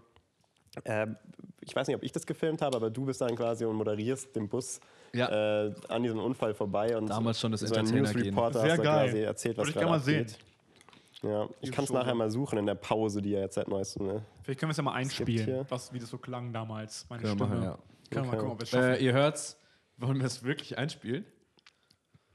[SPEAKER 4] äh, ich weiß nicht, ob ich das gefilmt habe, aber du bist dann quasi und moderierst den Bus
[SPEAKER 2] Ja.
[SPEAKER 4] äh, an diesem Unfall vorbei. Und
[SPEAKER 2] Damals schon das
[SPEAKER 4] so ein
[SPEAKER 2] Entertainer-Gen.
[SPEAKER 4] News-Reporter
[SPEAKER 3] Sehr
[SPEAKER 4] hast du
[SPEAKER 3] geil.
[SPEAKER 4] quasi erzählt, was
[SPEAKER 3] Würde ich gerne
[SPEAKER 4] gerade
[SPEAKER 3] mal
[SPEAKER 4] abgeht.
[SPEAKER 3] sehen.
[SPEAKER 4] Ja, ich kann es nachher mal suchen in der Pause, die ja jetzt seit neuestem. Ne?
[SPEAKER 3] Vielleicht können wir es ja mal einspielen,
[SPEAKER 4] hier-
[SPEAKER 3] was, wie das so klang damals, meine
[SPEAKER 2] Können wir
[SPEAKER 3] Stimme.
[SPEAKER 2] machen, ja.
[SPEAKER 3] Können wir mal
[SPEAKER 4] Okay.
[SPEAKER 3] gucken, ob wir es schaffen.
[SPEAKER 2] Äh, ihr hört's. Wollen wir es wirklich einspielen?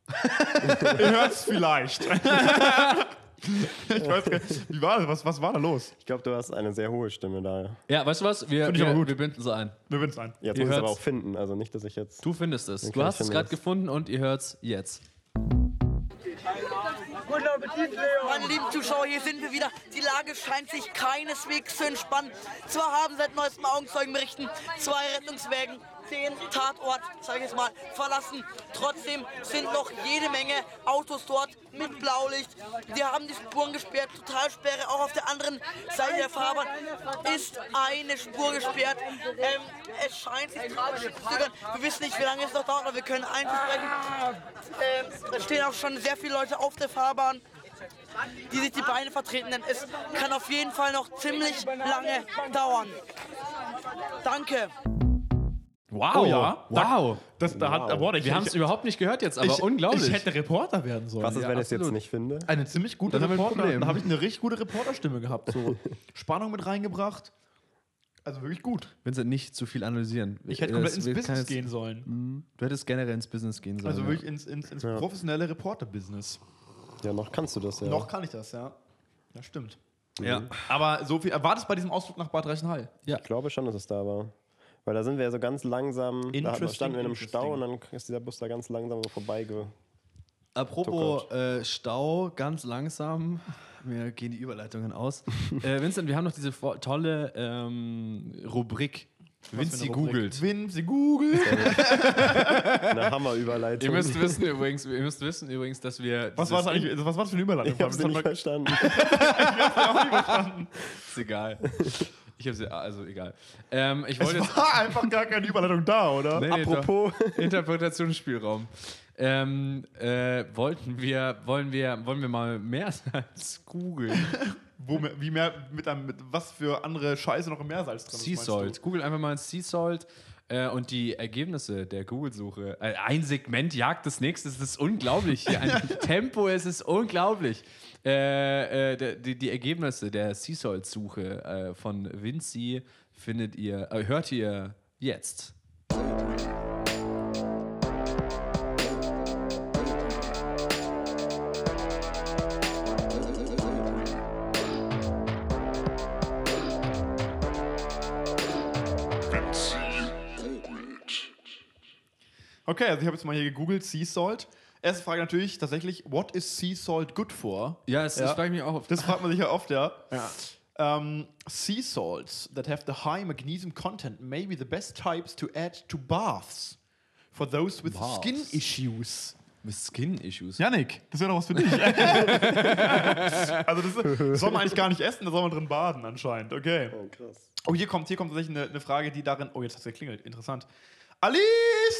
[SPEAKER 2] Äh,
[SPEAKER 3] Ihr hört es vielleicht. ich weiß gar nicht, wie war das? Was, was war da los?
[SPEAKER 4] Ich glaube, du hast eine sehr hohe Stimme da.
[SPEAKER 2] Ja, weißt du was? Wir,
[SPEAKER 3] Find ich aber
[SPEAKER 2] wir,
[SPEAKER 3] gut.
[SPEAKER 2] wir binden so ein.
[SPEAKER 3] Wir würden es ein.
[SPEAKER 4] Jetzt
[SPEAKER 2] Ihr
[SPEAKER 4] muss ich es aber
[SPEAKER 2] hört's.
[SPEAKER 4] auch finden, also nicht, dass ich jetzt.
[SPEAKER 2] Du findest es.
[SPEAKER 4] Okay,
[SPEAKER 2] du
[SPEAKER 4] ich
[SPEAKER 2] hast es
[SPEAKER 4] finde
[SPEAKER 2] gerade
[SPEAKER 4] es.
[SPEAKER 2] gefunden und ihr hört's jetzt.
[SPEAKER 5] Guten Appetit, Meine lieben Zuschauer, hier sind wir wieder. Die Lage scheint sich keineswegs zu entspannen. Zwar haben seit neuestem Augenzeugenberichten zwei Rettungswägen den Tatort, sag ich jetzt mal, verlassen. Trotzdem sind noch jede Menge Autos dort mit Blaulicht. Wir haben die Spuren gesperrt, Totalsperre. Auch auf der anderen Seite der Fahrbahn ist eine Spur gesperrt. Ähm, es scheint sich tragisch zu zögern. Wir wissen nicht, wie lange es noch dauert, aber wir können eins versprechen. Ähm, es stehen auch schon sehr viele Leute auf der Fahrbahn, die sich die Beine vertreten, denn es kann auf jeden Fall noch ziemlich lange dauern. Danke.
[SPEAKER 2] Wow.
[SPEAKER 3] Oh ja?
[SPEAKER 2] Wow.
[SPEAKER 3] Das, da hat,
[SPEAKER 4] Wow.
[SPEAKER 3] boah, ich,
[SPEAKER 2] Wir haben es
[SPEAKER 3] ich,
[SPEAKER 2] überhaupt nicht gehört jetzt, aber
[SPEAKER 3] ich,
[SPEAKER 2] unglaublich.
[SPEAKER 3] Ich hätte Reporter werden sollen.
[SPEAKER 4] Was ist,
[SPEAKER 3] Ja,
[SPEAKER 4] wenn ich es jetzt
[SPEAKER 3] absolut.
[SPEAKER 4] nicht finde?
[SPEAKER 3] Eine ziemlich gute
[SPEAKER 2] Dann haben wir ein
[SPEAKER 3] Reporter.
[SPEAKER 2] Problem.
[SPEAKER 3] Da habe ich eine richtig gute Reporterstimme gehabt. So. Spannung mit reingebracht. Also wirklich gut.
[SPEAKER 2] Vincent, nicht zu viel analysieren.
[SPEAKER 3] Ich
[SPEAKER 2] Äh,
[SPEAKER 3] hätte komplett
[SPEAKER 2] es-
[SPEAKER 3] ins
[SPEAKER 2] wir-
[SPEAKER 3] Business
[SPEAKER 2] keines- Hm?
[SPEAKER 3] gehen sollen.
[SPEAKER 2] Du hättest generell ins Business gehen sollen.
[SPEAKER 3] Also
[SPEAKER 2] ja.
[SPEAKER 3] wirklich ins, ins, ins
[SPEAKER 4] Ja.
[SPEAKER 3] professionelle Reporter-Business.
[SPEAKER 4] Ja, noch kannst du das ja.
[SPEAKER 3] Noch kann ich das, ja. Das stimmt.
[SPEAKER 4] Mhm.
[SPEAKER 2] Ja.
[SPEAKER 3] Aber so viel, war das bei diesem Ausflug nach Bad Reichenhall?
[SPEAKER 4] Ich glaube schon, dass es da war. Weil da sind wir ja so ganz langsam, da hat-
[SPEAKER 3] Interesting,
[SPEAKER 4] standen wir in einem
[SPEAKER 3] interesting.
[SPEAKER 4] Stau und dann ist dieser Bus da ganz langsam so vorbeigegangen.
[SPEAKER 3] Oh
[SPEAKER 2] Apropos äh, Stau, ganz langsam. Mir gehen die Überleitungen aus. äh, Vincent, wir haben noch diese vo- tolle ähm, Rubrik. Vinci googelt.
[SPEAKER 3] Vinci googelt.
[SPEAKER 4] Eine Hammerüberleitung.
[SPEAKER 2] Ihr müsst wissen übrigens, ihr müsst wissen übrigens, dass wir
[SPEAKER 3] Was war das eigentlich? Was war das für eine Überleitung?
[SPEAKER 4] ich hab's
[SPEAKER 3] Das hat
[SPEAKER 4] nicht
[SPEAKER 3] man-
[SPEAKER 4] verstanden.
[SPEAKER 2] ist egal. Ich habe sie also egal. Ähm, ich wollte jetzt
[SPEAKER 3] es war einfach gar keine Überleitung da, oder?
[SPEAKER 2] Nee, nee, doch.
[SPEAKER 4] Apropos.
[SPEAKER 2] Interpretationsspielraum. Ähm, äh, wollten wir, wollen wir, wollen wir mal mehr als Google?
[SPEAKER 3] Wo, mehr- wie mehr, mit, einem, mit was für andere Scheiße noch im Meersalz drin
[SPEAKER 2] Sea Salt. Google einfach mal Sea Salt äh, und die Ergebnisse der Google-Suche. Äh, ein Segment jagt das nächste. Es ist unglaublich hier. Ein Tempo, es ist unglaublich. Äh, äh, der- die, die Ergebnisse der Sea Salt-Suche äh, von Vinci findet ihr, äh, hört ihr jetzt.
[SPEAKER 3] Okay, also ich habe jetzt mal hier gegoogelt, Sea Salt. Erste Frage natürlich tatsächlich, what is Sea Salt good for?
[SPEAKER 2] Ja, es,
[SPEAKER 3] Ja.
[SPEAKER 2] ich frage mich auch oft.
[SPEAKER 3] Das fragt man sich ja oft, ja. Ähm, sea salts that have the high magnesium content may be the best types to add to baths for those with
[SPEAKER 2] Baths.
[SPEAKER 3] skin issues.
[SPEAKER 2] Skin-Issues.
[SPEAKER 3] Janik, das wäre doch was für dich. also das soll man eigentlich gar nicht essen, da soll man drin baden anscheinend. Okay.
[SPEAKER 4] Oh, krass.
[SPEAKER 3] Oh, hier kommt, hier kommt tatsächlich eine, eine Frage, die darin. Oh, jetzt hat es geklingelt. Interessant. Alice,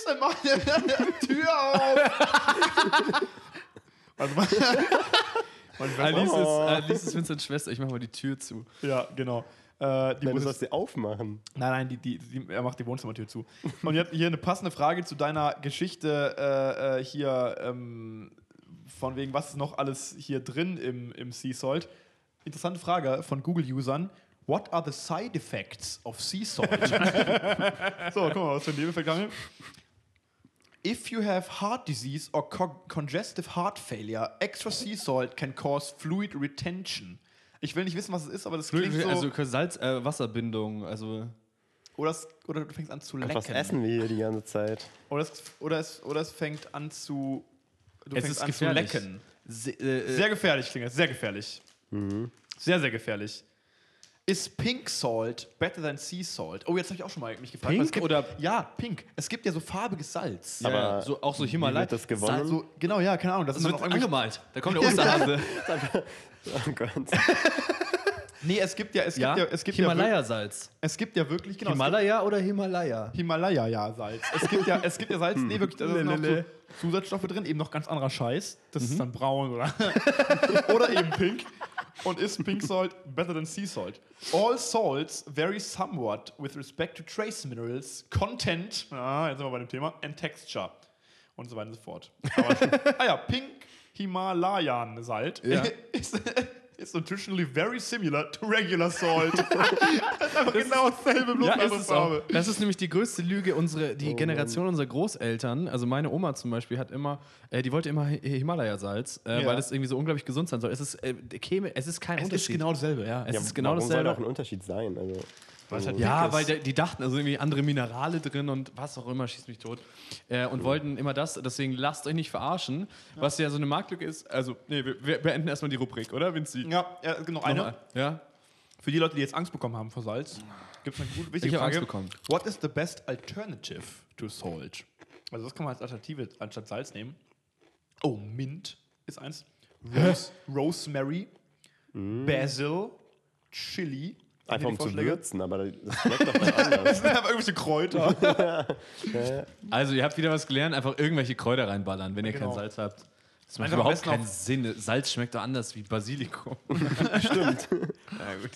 [SPEAKER 3] dann mach die Tür auf! also, man, man,
[SPEAKER 2] Alice, ist,
[SPEAKER 4] Oh.
[SPEAKER 2] Alice ist Vincents Schwester. Ich mache mal die Tür zu.
[SPEAKER 3] ja, genau. Äh, die
[SPEAKER 4] Nein, du
[SPEAKER 3] muss
[SPEAKER 4] sollst
[SPEAKER 3] jetzt,
[SPEAKER 4] sie aufmachen.
[SPEAKER 3] nein, nein, die, die, die, er macht die Wohnzimmertür zu. Und jetzt hier eine passende Frage zu deiner Geschichte äh, äh, hier, ähm, von wegen, was ist noch alles hier drin im, im Sea Salt? Interessante Frage von Google-Usern. What are the side effects of sea salt? so, guck mal, was für ein Nebeneffekt haben wir. If you have heart disease or co congestive heart failure, extra sea salt can cause fluid retention. Ich will nicht wissen, was es ist, aber das klingt so.
[SPEAKER 2] also Salz, äh, Wasserbindung, also
[SPEAKER 3] Oder, es, oder du fängst an zu lecken.
[SPEAKER 4] Was essen wir hier die ganze Zeit?
[SPEAKER 3] Oder, es, oder, es, oder es fängt an zu. Du
[SPEAKER 2] Es
[SPEAKER 3] fängst
[SPEAKER 2] ist
[SPEAKER 3] an
[SPEAKER 2] gefährlich.
[SPEAKER 3] zu lecken.
[SPEAKER 2] se, äh,
[SPEAKER 3] Sehr gefährlich klingt das. Sehr gefährlich.
[SPEAKER 4] Mhm.
[SPEAKER 3] Sehr, sehr gefährlich. Is pink salt better than sea salt? Oh, jetzt habe ich auch schon mal mich gefragt.
[SPEAKER 2] Pink
[SPEAKER 3] es gibt,
[SPEAKER 2] oder-
[SPEAKER 3] Ja, pink. Es gibt ja so farbiges Salz.
[SPEAKER 2] ja, ja,
[SPEAKER 4] aber
[SPEAKER 2] so, auch so
[SPEAKER 4] Wie
[SPEAKER 2] Himalaya.
[SPEAKER 4] wird das gewonnen?
[SPEAKER 3] Also, genau, ja, keine Ahnung. Das,
[SPEAKER 2] Das
[SPEAKER 3] ist
[SPEAKER 2] Also wird
[SPEAKER 3] noch irgendwie.
[SPEAKER 2] angemalt. Da kommt der Osterhase.
[SPEAKER 4] Oh Gott.
[SPEAKER 3] Nee, es gibt ja, es
[SPEAKER 2] ja?
[SPEAKER 3] gibt ja, es gibt ja, wirklich-
[SPEAKER 2] Himalaya-Salz.
[SPEAKER 3] es gibt ja wirklich, genau, es gibt-
[SPEAKER 2] Himalaya oder Himalaya? Hm.
[SPEAKER 3] Himalaya, ja, Salz. Es gibt ja, es gibt ja Salz, nee, wirklich, da sind noch so
[SPEAKER 2] Lelele. Mhm.
[SPEAKER 3] Zusatzstoffe drin, eben noch ganz anderer Scheiß. Das ist dann braun oder, oder eben pink. Und ist Pink Salt better than Sea Salt? All salts vary somewhat with respect to trace minerals, content, ah, jetzt sind wir bei dem Thema, and texture. Und so weiter und so fort. Aber, ah ja, Pink Himalayan Salt
[SPEAKER 2] Ja.
[SPEAKER 3] is, is nutritionally very similar to regular salt. das ist einfach genau dasselbe, bloß
[SPEAKER 2] Ja, ist
[SPEAKER 3] andere
[SPEAKER 2] es auch.
[SPEAKER 3] Farbe. Oh.
[SPEAKER 2] Das ist nämlich die größte Lüge unserer, die Generation unserer Großeltern. Also meine Oma zum Beispiel hat immer, äh, die wollte immer Hi- Himalaya-Salz, äh,
[SPEAKER 3] Ja.
[SPEAKER 2] weil das irgendwie so unglaublich gesund sein soll. Es ist, äh, käme, es ist kein
[SPEAKER 3] Es ist
[SPEAKER 2] Unterschied.
[SPEAKER 3] genau dasselbe, ja.
[SPEAKER 2] es
[SPEAKER 4] Ja,
[SPEAKER 2] ist genau
[SPEAKER 4] warum soll da auch
[SPEAKER 2] dasselbe.
[SPEAKER 4] ein Unterschied sein? Also,
[SPEAKER 2] Ja, weil der, die dachten, also irgendwie andere Minerale drin und was auch immer, schießt mich tot. Äh, und wollten immer das, deswegen lasst euch nicht verarschen, was ja so eine Marktlücke ist. Also, nee, wir, wir beenden erstmal die Rubrik, oder, Vinci?
[SPEAKER 3] Ja, ja genau,
[SPEAKER 2] Nochmal.
[SPEAKER 3] eine.
[SPEAKER 2] Ja?
[SPEAKER 3] Für die Leute, die jetzt Angst bekommen haben vor Salz, gibt es eine gute, wichtige
[SPEAKER 2] Ich hab
[SPEAKER 3] Frage.
[SPEAKER 2] Angst bekommen.
[SPEAKER 3] What is the best alternative to salt? Also das kann man als Alternative anstatt Salz nehmen. Oh, Mint ist eins. Rose, Rosemary,
[SPEAKER 2] Mm.
[SPEAKER 3] Basil, Chili.
[SPEAKER 4] einfach um zu
[SPEAKER 3] Vorschläge.
[SPEAKER 4] würzen, aber das schmeckt doch mal anders.
[SPEAKER 3] Das sind einfach irgendwelche Kräuter.
[SPEAKER 2] Also, ihr habt wieder was gelernt, einfach irgendwelche Kräuter reinballern, wenn ihr
[SPEAKER 3] Genau.
[SPEAKER 2] kein Salz habt. Das macht
[SPEAKER 3] Einfach am
[SPEAKER 2] überhaupt
[SPEAKER 3] besten
[SPEAKER 2] keinen
[SPEAKER 3] auf-
[SPEAKER 2] Sinn. Salz schmeckt doch anders wie Basilikum. Stimmt. Na gut.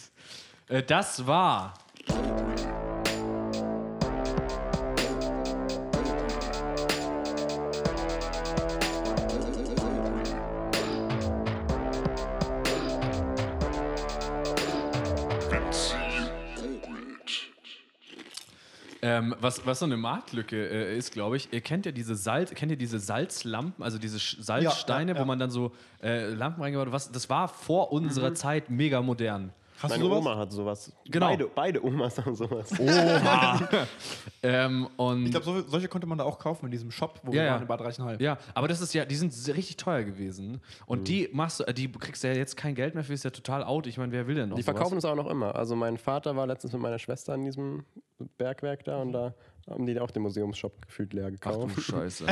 [SPEAKER 2] Äh, Das war Ähm, was, was so eine Marktlücke äh, ist, glaube ich, ihr kennt ja diese Salz, kennt ihr diese Salzlampen, also diese Sch- Salzsteine,
[SPEAKER 3] Ja, ja, Mhm. ja.
[SPEAKER 2] wo man dann so äh, Lampen reingebaut hat. Was, das war vor unserer Zeit mega modern.
[SPEAKER 3] Hast
[SPEAKER 4] Meine
[SPEAKER 3] du sowas?
[SPEAKER 4] Oma hat sowas.
[SPEAKER 2] Genau.
[SPEAKER 4] Beide, beide Omas haben Oh, sowas.
[SPEAKER 2] Ähm, und
[SPEAKER 3] Ich glaube, so, solche konnte man da auch kaufen in diesem Shop, wo
[SPEAKER 2] Ja,
[SPEAKER 3] wir
[SPEAKER 2] ja.
[SPEAKER 3] waren in Bad Reichenhall.
[SPEAKER 2] Ja, aber das ist ja, die sind sehr- richtig teuer gewesen.
[SPEAKER 4] Mhm.
[SPEAKER 2] Und die machst du, äh, die kriegst du ja jetzt kein Geld mehr für, ist ja total out. Ich meine, wer will denn noch?
[SPEAKER 4] Die verkaufen
[SPEAKER 2] sowas?
[SPEAKER 4] es auch noch immer. Also mein Vater war letztens mit meiner Schwester in diesem Bergwerk da und da haben die auch den Museumsshop gefühlt leer
[SPEAKER 2] Ach
[SPEAKER 4] gekauft.
[SPEAKER 2] du Scheiße.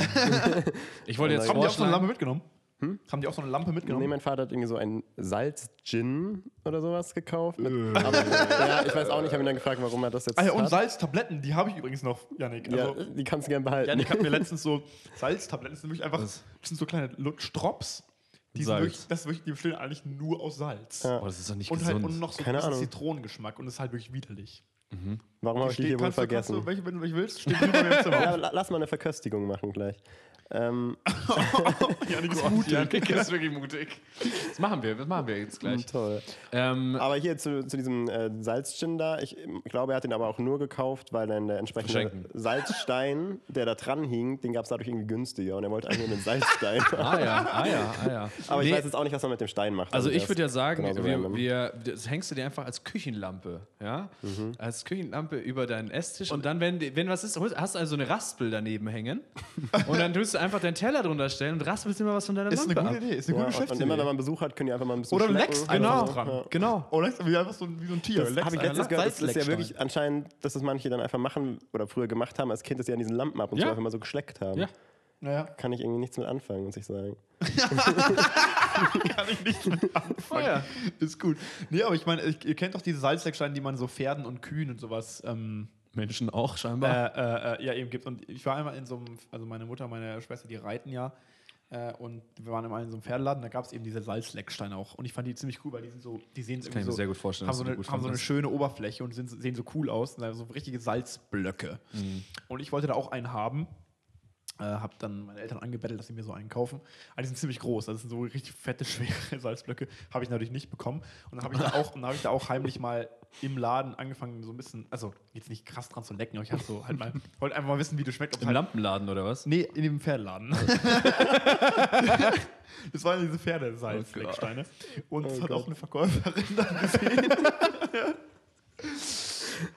[SPEAKER 2] ich wollte jetzt
[SPEAKER 3] Haben die auch so eine
[SPEAKER 2] vorschlagen.
[SPEAKER 3] Lampe mitgenommen? Haben die auch so eine Lampe
[SPEAKER 4] Nee,
[SPEAKER 3] mitgenommen?
[SPEAKER 4] mein Vater hat irgendwie so einen Salz-Gin oder sowas gekauft. Mit, aber, ja, ich weiß auch nicht, ich habe ihn dann gefragt, warum er das jetzt
[SPEAKER 3] ah ja, und
[SPEAKER 4] hat.
[SPEAKER 3] Salztabletten, die habe ich übrigens noch, Janik.
[SPEAKER 4] ja,
[SPEAKER 3] Also,
[SPEAKER 4] die kannst du gern behalten.
[SPEAKER 3] Janik hat mir letztens so Salztabletten, das sind wirklich einfach
[SPEAKER 2] Was?
[SPEAKER 3] das sind so kleine Lut- Strops. Die, sind
[SPEAKER 2] Salz.
[SPEAKER 3] wirklich, das ist wirklich, die bestehen eigentlich nur aus Salz.
[SPEAKER 2] Oh, das ist doch nicht
[SPEAKER 3] Und halt
[SPEAKER 2] gesund.
[SPEAKER 3] und noch so ein
[SPEAKER 4] Keine
[SPEAKER 3] bisschen
[SPEAKER 4] Ahnung.
[SPEAKER 3] Zitronengeschmack und das ist halt wirklich widerlich.
[SPEAKER 4] warum habe ich die
[SPEAKER 3] Steht-
[SPEAKER 4] hier wohl
[SPEAKER 3] kannst du- kannst
[SPEAKER 4] vergessen?
[SPEAKER 3] Du, welche, wenn du welche willst, steht die bei mir im
[SPEAKER 4] ja,
[SPEAKER 3] Zimmer.
[SPEAKER 4] la- lass mal eine Verköstigung machen gleich. Ähm,
[SPEAKER 3] Janik ist gut, Janik.
[SPEAKER 2] das ist wirklich mutig. Das machen wir, das machen wir jetzt gleich.
[SPEAKER 4] toll.
[SPEAKER 2] Ähm,
[SPEAKER 4] Aber hier zu, zu diesem äh, Salzgin da, ich ähm, glaube, er hat den aber auch nur gekauft, weil dann der entsprechende
[SPEAKER 2] Verschenken.
[SPEAKER 4] Salzstein, der da dran hing, den gab es dadurch irgendwie günstiger und er wollte eigentlich nur den Salzstein.
[SPEAKER 2] ah ja, ah ja, ah ja.
[SPEAKER 4] aber ich
[SPEAKER 2] Nee,
[SPEAKER 4] weiß jetzt auch nicht, was man mit dem Stein macht.
[SPEAKER 2] Also
[SPEAKER 4] der
[SPEAKER 2] ich
[SPEAKER 4] ist
[SPEAKER 2] würde ja sagen,
[SPEAKER 4] genauso
[SPEAKER 2] wir,
[SPEAKER 4] random.
[SPEAKER 2] wir, das hängst du dir einfach als Küchenlampe, ja? Als Küchenlampe über deinen Esstisch und dann, wenn, wenn was ist, holst- hast du also eine Raspel daneben hängen und dann tust du einfach deinen Teller drunter stellen und raspelst immer was von deiner
[SPEAKER 3] Ist eine
[SPEAKER 2] Lampe
[SPEAKER 3] gute
[SPEAKER 2] ab.
[SPEAKER 3] Idee, ist eine
[SPEAKER 4] ja,
[SPEAKER 3] gute
[SPEAKER 4] und, und immer wenn
[SPEAKER 3] Geschäftsidee.
[SPEAKER 4] man Besuch hat, können die einfach mal ein bisschen
[SPEAKER 3] Oder
[SPEAKER 4] schmecken.
[SPEAKER 3] leckst
[SPEAKER 2] Genau,
[SPEAKER 3] einfach dran.
[SPEAKER 2] genau.
[SPEAKER 3] Oh, leckst du wie einfach so ein, wie so ein Tier. ne?
[SPEAKER 4] Habe ich letztens gehört, das ist ja
[SPEAKER 3] Salzleckstein.
[SPEAKER 4] wirklich anscheinend, dass das manche dann einfach machen oder früher gemacht haben als Kind, dass sie an diesen Lampen ab und
[SPEAKER 2] Ja.
[SPEAKER 4] zu einfach mal so geschleckt haben.
[SPEAKER 2] Ja.
[SPEAKER 3] Naja,
[SPEAKER 4] Kann ich irgendwie nichts mit anfangen, muss ich sagen.
[SPEAKER 3] kann ich nicht mit anfangen.
[SPEAKER 2] ja.
[SPEAKER 3] Ist gut. Nee, aber ich meine, ich- ihr kennt doch diese Salzlecksteine, die man so Pferden und Kühen und sowas ähm,
[SPEAKER 2] Menschen auch
[SPEAKER 3] äh,
[SPEAKER 2] scheinbar.
[SPEAKER 3] äh, äh, ja, eben gibt. Und ich war einmal in so einem, also meine Mutter, meine Schwester, die reiten ja. Äh, und wir waren einmal in so einem Pferdeladen, da gab es eben diese Salzlecksteine auch. Und ich fand die ziemlich cool, weil die sind so, die sehen
[SPEAKER 2] kann ich mir
[SPEAKER 3] so,
[SPEAKER 2] sehr gut vorstellen,
[SPEAKER 3] haben
[SPEAKER 2] dass
[SPEAKER 3] so
[SPEAKER 2] du die
[SPEAKER 3] eine,
[SPEAKER 2] gut
[SPEAKER 3] haben so eine
[SPEAKER 2] fandest.
[SPEAKER 3] schöne Oberfläche und sind, so- sehen so cool aus. Und da so richtige Salzblöcke.
[SPEAKER 2] Mhm.
[SPEAKER 3] Und ich wollte da auch einen haben. Äh, hab dann meine Eltern angebettelt, dass sie mir so einen kaufen. Aber die sind ziemlich groß, also das sind so richtig fette, schwere Salzblöcke. Habe ich natürlich nicht bekommen. Und dann habe ich, da auch- und dann hab ich da auch heimlich mal im Laden angefangen, so ein bisschen, also jetzt nicht krass dran zu lecken, aber ich hab so halt mal, wollte einfach mal wissen, wie das schmeckt. ob's
[SPEAKER 2] Im
[SPEAKER 3] halt-
[SPEAKER 2] Lampenladen oder was?
[SPEAKER 3] Nee, in dem Pferdeladen. das waren diese Pferdesalzlecksteine. Und das hat auch eine Verkäuferin dann gesehen.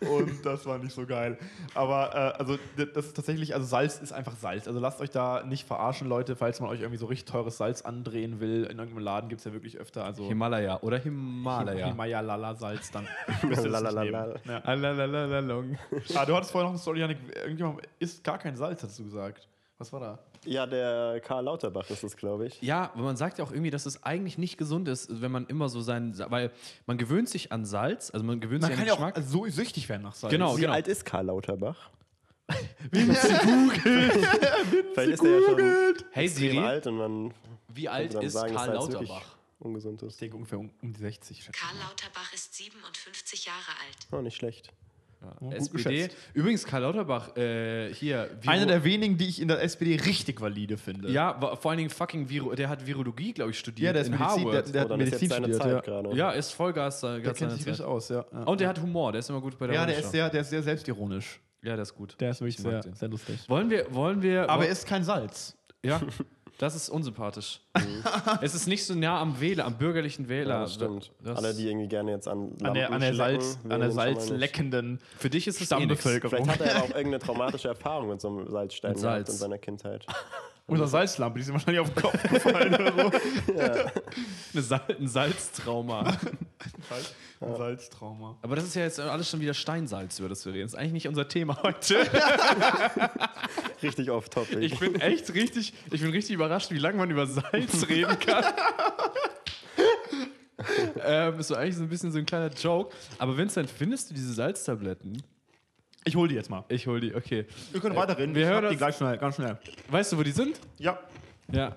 [SPEAKER 3] Und das war nicht so geil. Aber äh, also d- das ist tatsächlich, also Salz ist einfach Salz. Also lasst euch da nicht verarschen, Leute, falls man euch irgendwie so richtig teures Salz andrehen will. In irgendeinem Laden gibt es ja wirklich öfter. Also
[SPEAKER 2] Himalaya oder Himalaya.
[SPEAKER 3] Himalaya Lala Salz dann.
[SPEAKER 4] Lalalala.
[SPEAKER 3] Ja.
[SPEAKER 2] Alalalalong.
[SPEAKER 3] Ah, du hattest vorhin noch eine Story, Janik. Irgendjemand isst gar kein Salz, hast du gesagt. Was war da?
[SPEAKER 4] Ja, der Karl Lauterbach ist es, glaube ich.
[SPEAKER 2] Ja, aber man sagt ja auch irgendwie, dass es eigentlich nicht gesund ist, wenn man immer so sein, weil man gewöhnt sich an Salz, also man gewöhnt
[SPEAKER 3] Man
[SPEAKER 2] sich
[SPEAKER 3] kann
[SPEAKER 2] an
[SPEAKER 3] ja
[SPEAKER 2] den
[SPEAKER 3] auch also
[SPEAKER 2] Geschmack.
[SPEAKER 3] so süchtig werden nach Salz.
[SPEAKER 2] Genau.
[SPEAKER 4] Wie alt ist Karl Lauterbach? Vielleicht ist er ja schon
[SPEAKER 3] Googelt.
[SPEAKER 2] hey
[SPEAKER 4] extrem
[SPEAKER 2] Siri,
[SPEAKER 4] alt und man
[SPEAKER 2] wie
[SPEAKER 4] könnte
[SPEAKER 2] alt
[SPEAKER 4] dann
[SPEAKER 2] ist
[SPEAKER 4] sagen,
[SPEAKER 2] Karl
[SPEAKER 4] dass er jetzt
[SPEAKER 2] Lauterbach?
[SPEAKER 4] wirklich ungesund ist.
[SPEAKER 3] Ich denke ungefähr um, um die 60. schätze ich.
[SPEAKER 6] Karl Lauterbach ist 57 Jahre alt.
[SPEAKER 4] Oh, nicht schlecht.
[SPEAKER 3] Gut
[SPEAKER 2] SPD.
[SPEAKER 3] geschätzt.
[SPEAKER 2] Übrigens, Karl Lauterbach, äh, hier. Viro-
[SPEAKER 3] Einer der wenigen, die ich in der SPD richtig valide finde.
[SPEAKER 2] Ja, wa- vor allen Dingen fucking Viro. Der hat Virologie, glaube ich, studiert.
[SPEAKER 3] Ja, der ist
[SPEAKER 2] in
[SPEAKER 3] Medizin-
[SPEAKER 2] Harvard.
[SPEAKER 3] Der hat
[SPEAKER 4] oh, dann ist
[SPEAKER 3] Medizin
[SPEAKER 4] jetzt seine
[SPEAKER 3] studiert,
[SPEAKER 4] Zeit
[SPEAKER 3] ja.
[SPEAKER 4] gerade.
[SPEAKER 2] ja, ist Vollgas. Äh,
[SPEAKER 3] der
[SPEAKER 2] ganz
[SPEAKER 3] kennt
[SPEAKER 2] seiner
[SPEAKER 3] sich
[SPEAKER 2] Zeit.
[SPEAKER 3] richtig aus, ja. Ja,
[SPEAKER 2] Und der hat Humor, der ist immer gut bei der
[SPEAKER 3] ja der,
[SPEAKER 2] Rundschau.
[SPEAKER 3] ist sehr, der ist sehr selbstironisch.
[SPEAKER 2] Ja, der ist gut.
[SPEAKER 3] Der ist wirklich
[SPEAKER 2] Ich mag
[SPEAKER 3] sehr,
[SPEAKER 2] den.
[SPEAKER 3] sehr lustig.
[SPEAKER 2] Wollen wir, wollen wir.
[SPEAKER 3] Aber
[SPEAKER 2] wo-
[SPEAKER 3] er ist kein Salz.
[SPEAKER 2] Ja, das ist unsympathisch. es ist nicht so nah am Wähler, am bürgerlichen Wähler.
[SPEAKER 4] Ja, das stimmt.
[SPEAKER 2] Das-
[SPEAKER 4] Alle, die irgendwie gerne jetzt an Lampen
[SPEAKER 3] An der, an der,
[SPEAKER 4] schlecken,
[SPEAKER 3] Salz,
[SPEAKER 4] wählen
[SPEAKER 3] an der
[SPEAKER 4] den schon mal nicht.
[SPEAKER 3] salzleckenden
[SPEAKER 2] Für dich ist es eh nix.
[SPEAKER 4] Vielleicht
[SPEAKER 3] Stammbevölkerung.
[SPEAKER 4] hat er aber auch irgendeine traumatische Erfahrung mit so einem Salzstein
[SPEAKER 2] Mit
[SPEAKER 4] gehabt
[SPEAKER 2] Salz.
[SPEAKER 4] in seiner Kindheit.
[SPEAKER 3] Unsere Salzlampe, die sind wahrscheinlich auf den Kopf gefallen. oder so.
[SPEAKER 2] Eine Sal ein Salztrauma.
[SPEAKER 3] Ein Salztrauma.
[SPEAKER 2] Aber das ist ja jetzt alles schon wieder Steinsalz, über das wir reden. Das ist eigentlich nicht unser Thema heute.
[SPEAKER 4] Richtig off-topic.
[SPEAKER 2] Ich bin echt richtig, ich bin richtig überrascht, wie lange man über Salz reden kann. ähm, ist so eigentlich so ein bisschen so ein kleiner Joke. Aber Vincent, findest du diese Salztabletten?
[SPEAKER 3] Ich hol die jetzt mal.
[SPEAKER 2] Ich hol die, okay.
[SPEAKER 3] Wir können weiterreden.
[SPEAKER 2] wir
[SPEAKER 3] ich
[SPEAKER 2] hören
[SPEAKER 3] schnapp die
[SPEAKER 2] uns-
[SPEAKER 3] gleich schnell, ganz schnell.
[SPEAKER 2] Weißt du, wo die sind?
[SPEAKER 3] Ja.
[SPEAKER 2] Ja.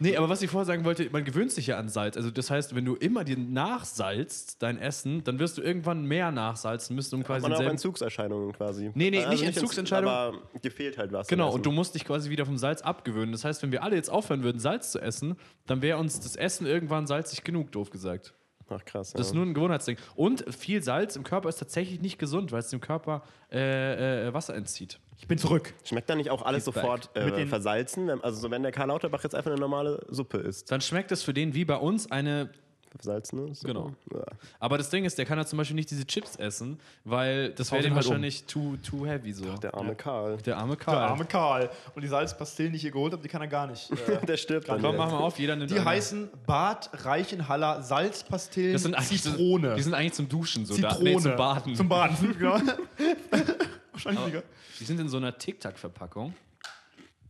[SPEAKER 2] Nee, aber was ich vorher sagen wollte, man gewöhnt sich ja an Salz. Also das heißt, wenn du immer dir nachsalzt, dein Essen, dann wirst du irgendwann mehr nachsalzen müssen, um quasi
[SPEAKER 4] Man hat auch
[SPEAKER 2] denselben-
[SPEAKER 4] Entzugserscheinungen quasi. Also
[SPEAKER 2] Nee, nee, nicht
[SPEAKER 4] Entzug-
[SPEAKER 2] Entzugsentscheidungen.
[SPEAKER 4] Aber gefehlt halt was.
[SPEAKER 2] Genau,
[SPEAKER 4] im
[SPEAKER 2] und du musst dich quasi wieder vom Salz abgewöhnen. Das heißt, wenn wir alle jetzt aufhören würden, Salz zu essen, dann wäre uns das Essen irgendwann salzig genug, doof gesagt.
[SPEAKER 4] Ach krass.
[SPEAKER 2] Das ist
[SPEAKER 4] ja.
[SPEAKER 2] nur ein Gewohnheitsding. Und viel Salz im Körper ist tatsächlich nicht gesund, weil es dem Körper äh, äh, Wasser entzieht.
[SPEAKER 3] Ich bin zurück.
[SPEAKER 4] Schmeckt da nicht auch alles
[SPEAKER 2] Feedback.
[SPEAKER 4] sofort
[SPEAKER 3] Mit
[SPEAKER 4] äh,
[SPEAKER 3] den-
[SPEAKER 4] versalzen? Wenn- Also so, wenn der Karl Lauterbach jetzt einfach eine normale Suppe isst.
[SPEAKER 2] Dann schmeckt es für den wie bei uns eine.
[SPEAKER 4] Versalzene Suppe?
[SPEAKER 2] Genau.
[SPEAKER 4] Ja.
[SPEAKER 2] Aber das Ding ist, der kann ja zum Beispiel nicht diese Chips essen, weil das wäre
[SPEAKER 3] Haut ihn
[SPEAKER 2] dem
[SPEAKER 3] halt
[SPEAKER 2] wahrscheinlich too, too heavy so.
[SPEAKER 4] Der arme Karl.
[SPEAKER 2] Der arme Karl.
[SPEAKER 3] Der arme Karl. Und die Salzpastillen, die ich hier geholt habe, die kann er gar nicht. Äh,
[SPEAKER 4] Der stirbt dann.
[SPEAKER 2] Komm,
[SPEAKER 4] direkt.
[SPEAKER 2] mach mal auf, jeder nimmt
[SPEAKER 3] die
[SPEAKER 2] eine.
[SPEAKER 3] heißen Bad Reichenhaller Salzpastillen
[SPEAKER 2] das sind eigentlich
[SPEAKER 3] Zitrone.
[SPEAKER 2] Die sind eigentlich zum Duschen so da.
[SPEAKER 3] Zitrone.
[SPEAKER 2] Nee, zum Baden.
[SPEAKER 3] Zum Baden, genau. Wahrscheinlich, Digga.
[SPEAKER 2] Die sind in so einer Tic-Tac-Verpackung.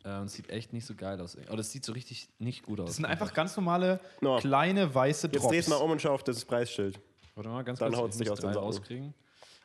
[SPEAKER 2] Äh, und sieht echt nicht so geil aus. Oh, das sieht so richtig nicht gut aus.
[SPEAKER 3] Das sind einfach ganz normale,
[SPEAKER 4] No.
[SPEAKER 3] kleine, weiße
[SPEAKER 4] Jetzt dreh's
[SPEAKER 3] Drops.
[SPEAKER 4] mal um und schau auf das Preisschild.
[SPEAKER 2] Warte mal, ganz
[SPEAKER 4] Dann
[SPEAKER 2] kurz.
[SPEAKER 4] haut's
[SPEAKER 2] ich
[SPEAKER 4] dich
[SPEAKER 2] muss
[SPEAKER 4] aus den
[SPEAKER 2] drei
[SPEAKER 4] Socken.
[SPEAKER 2] rauskriegen.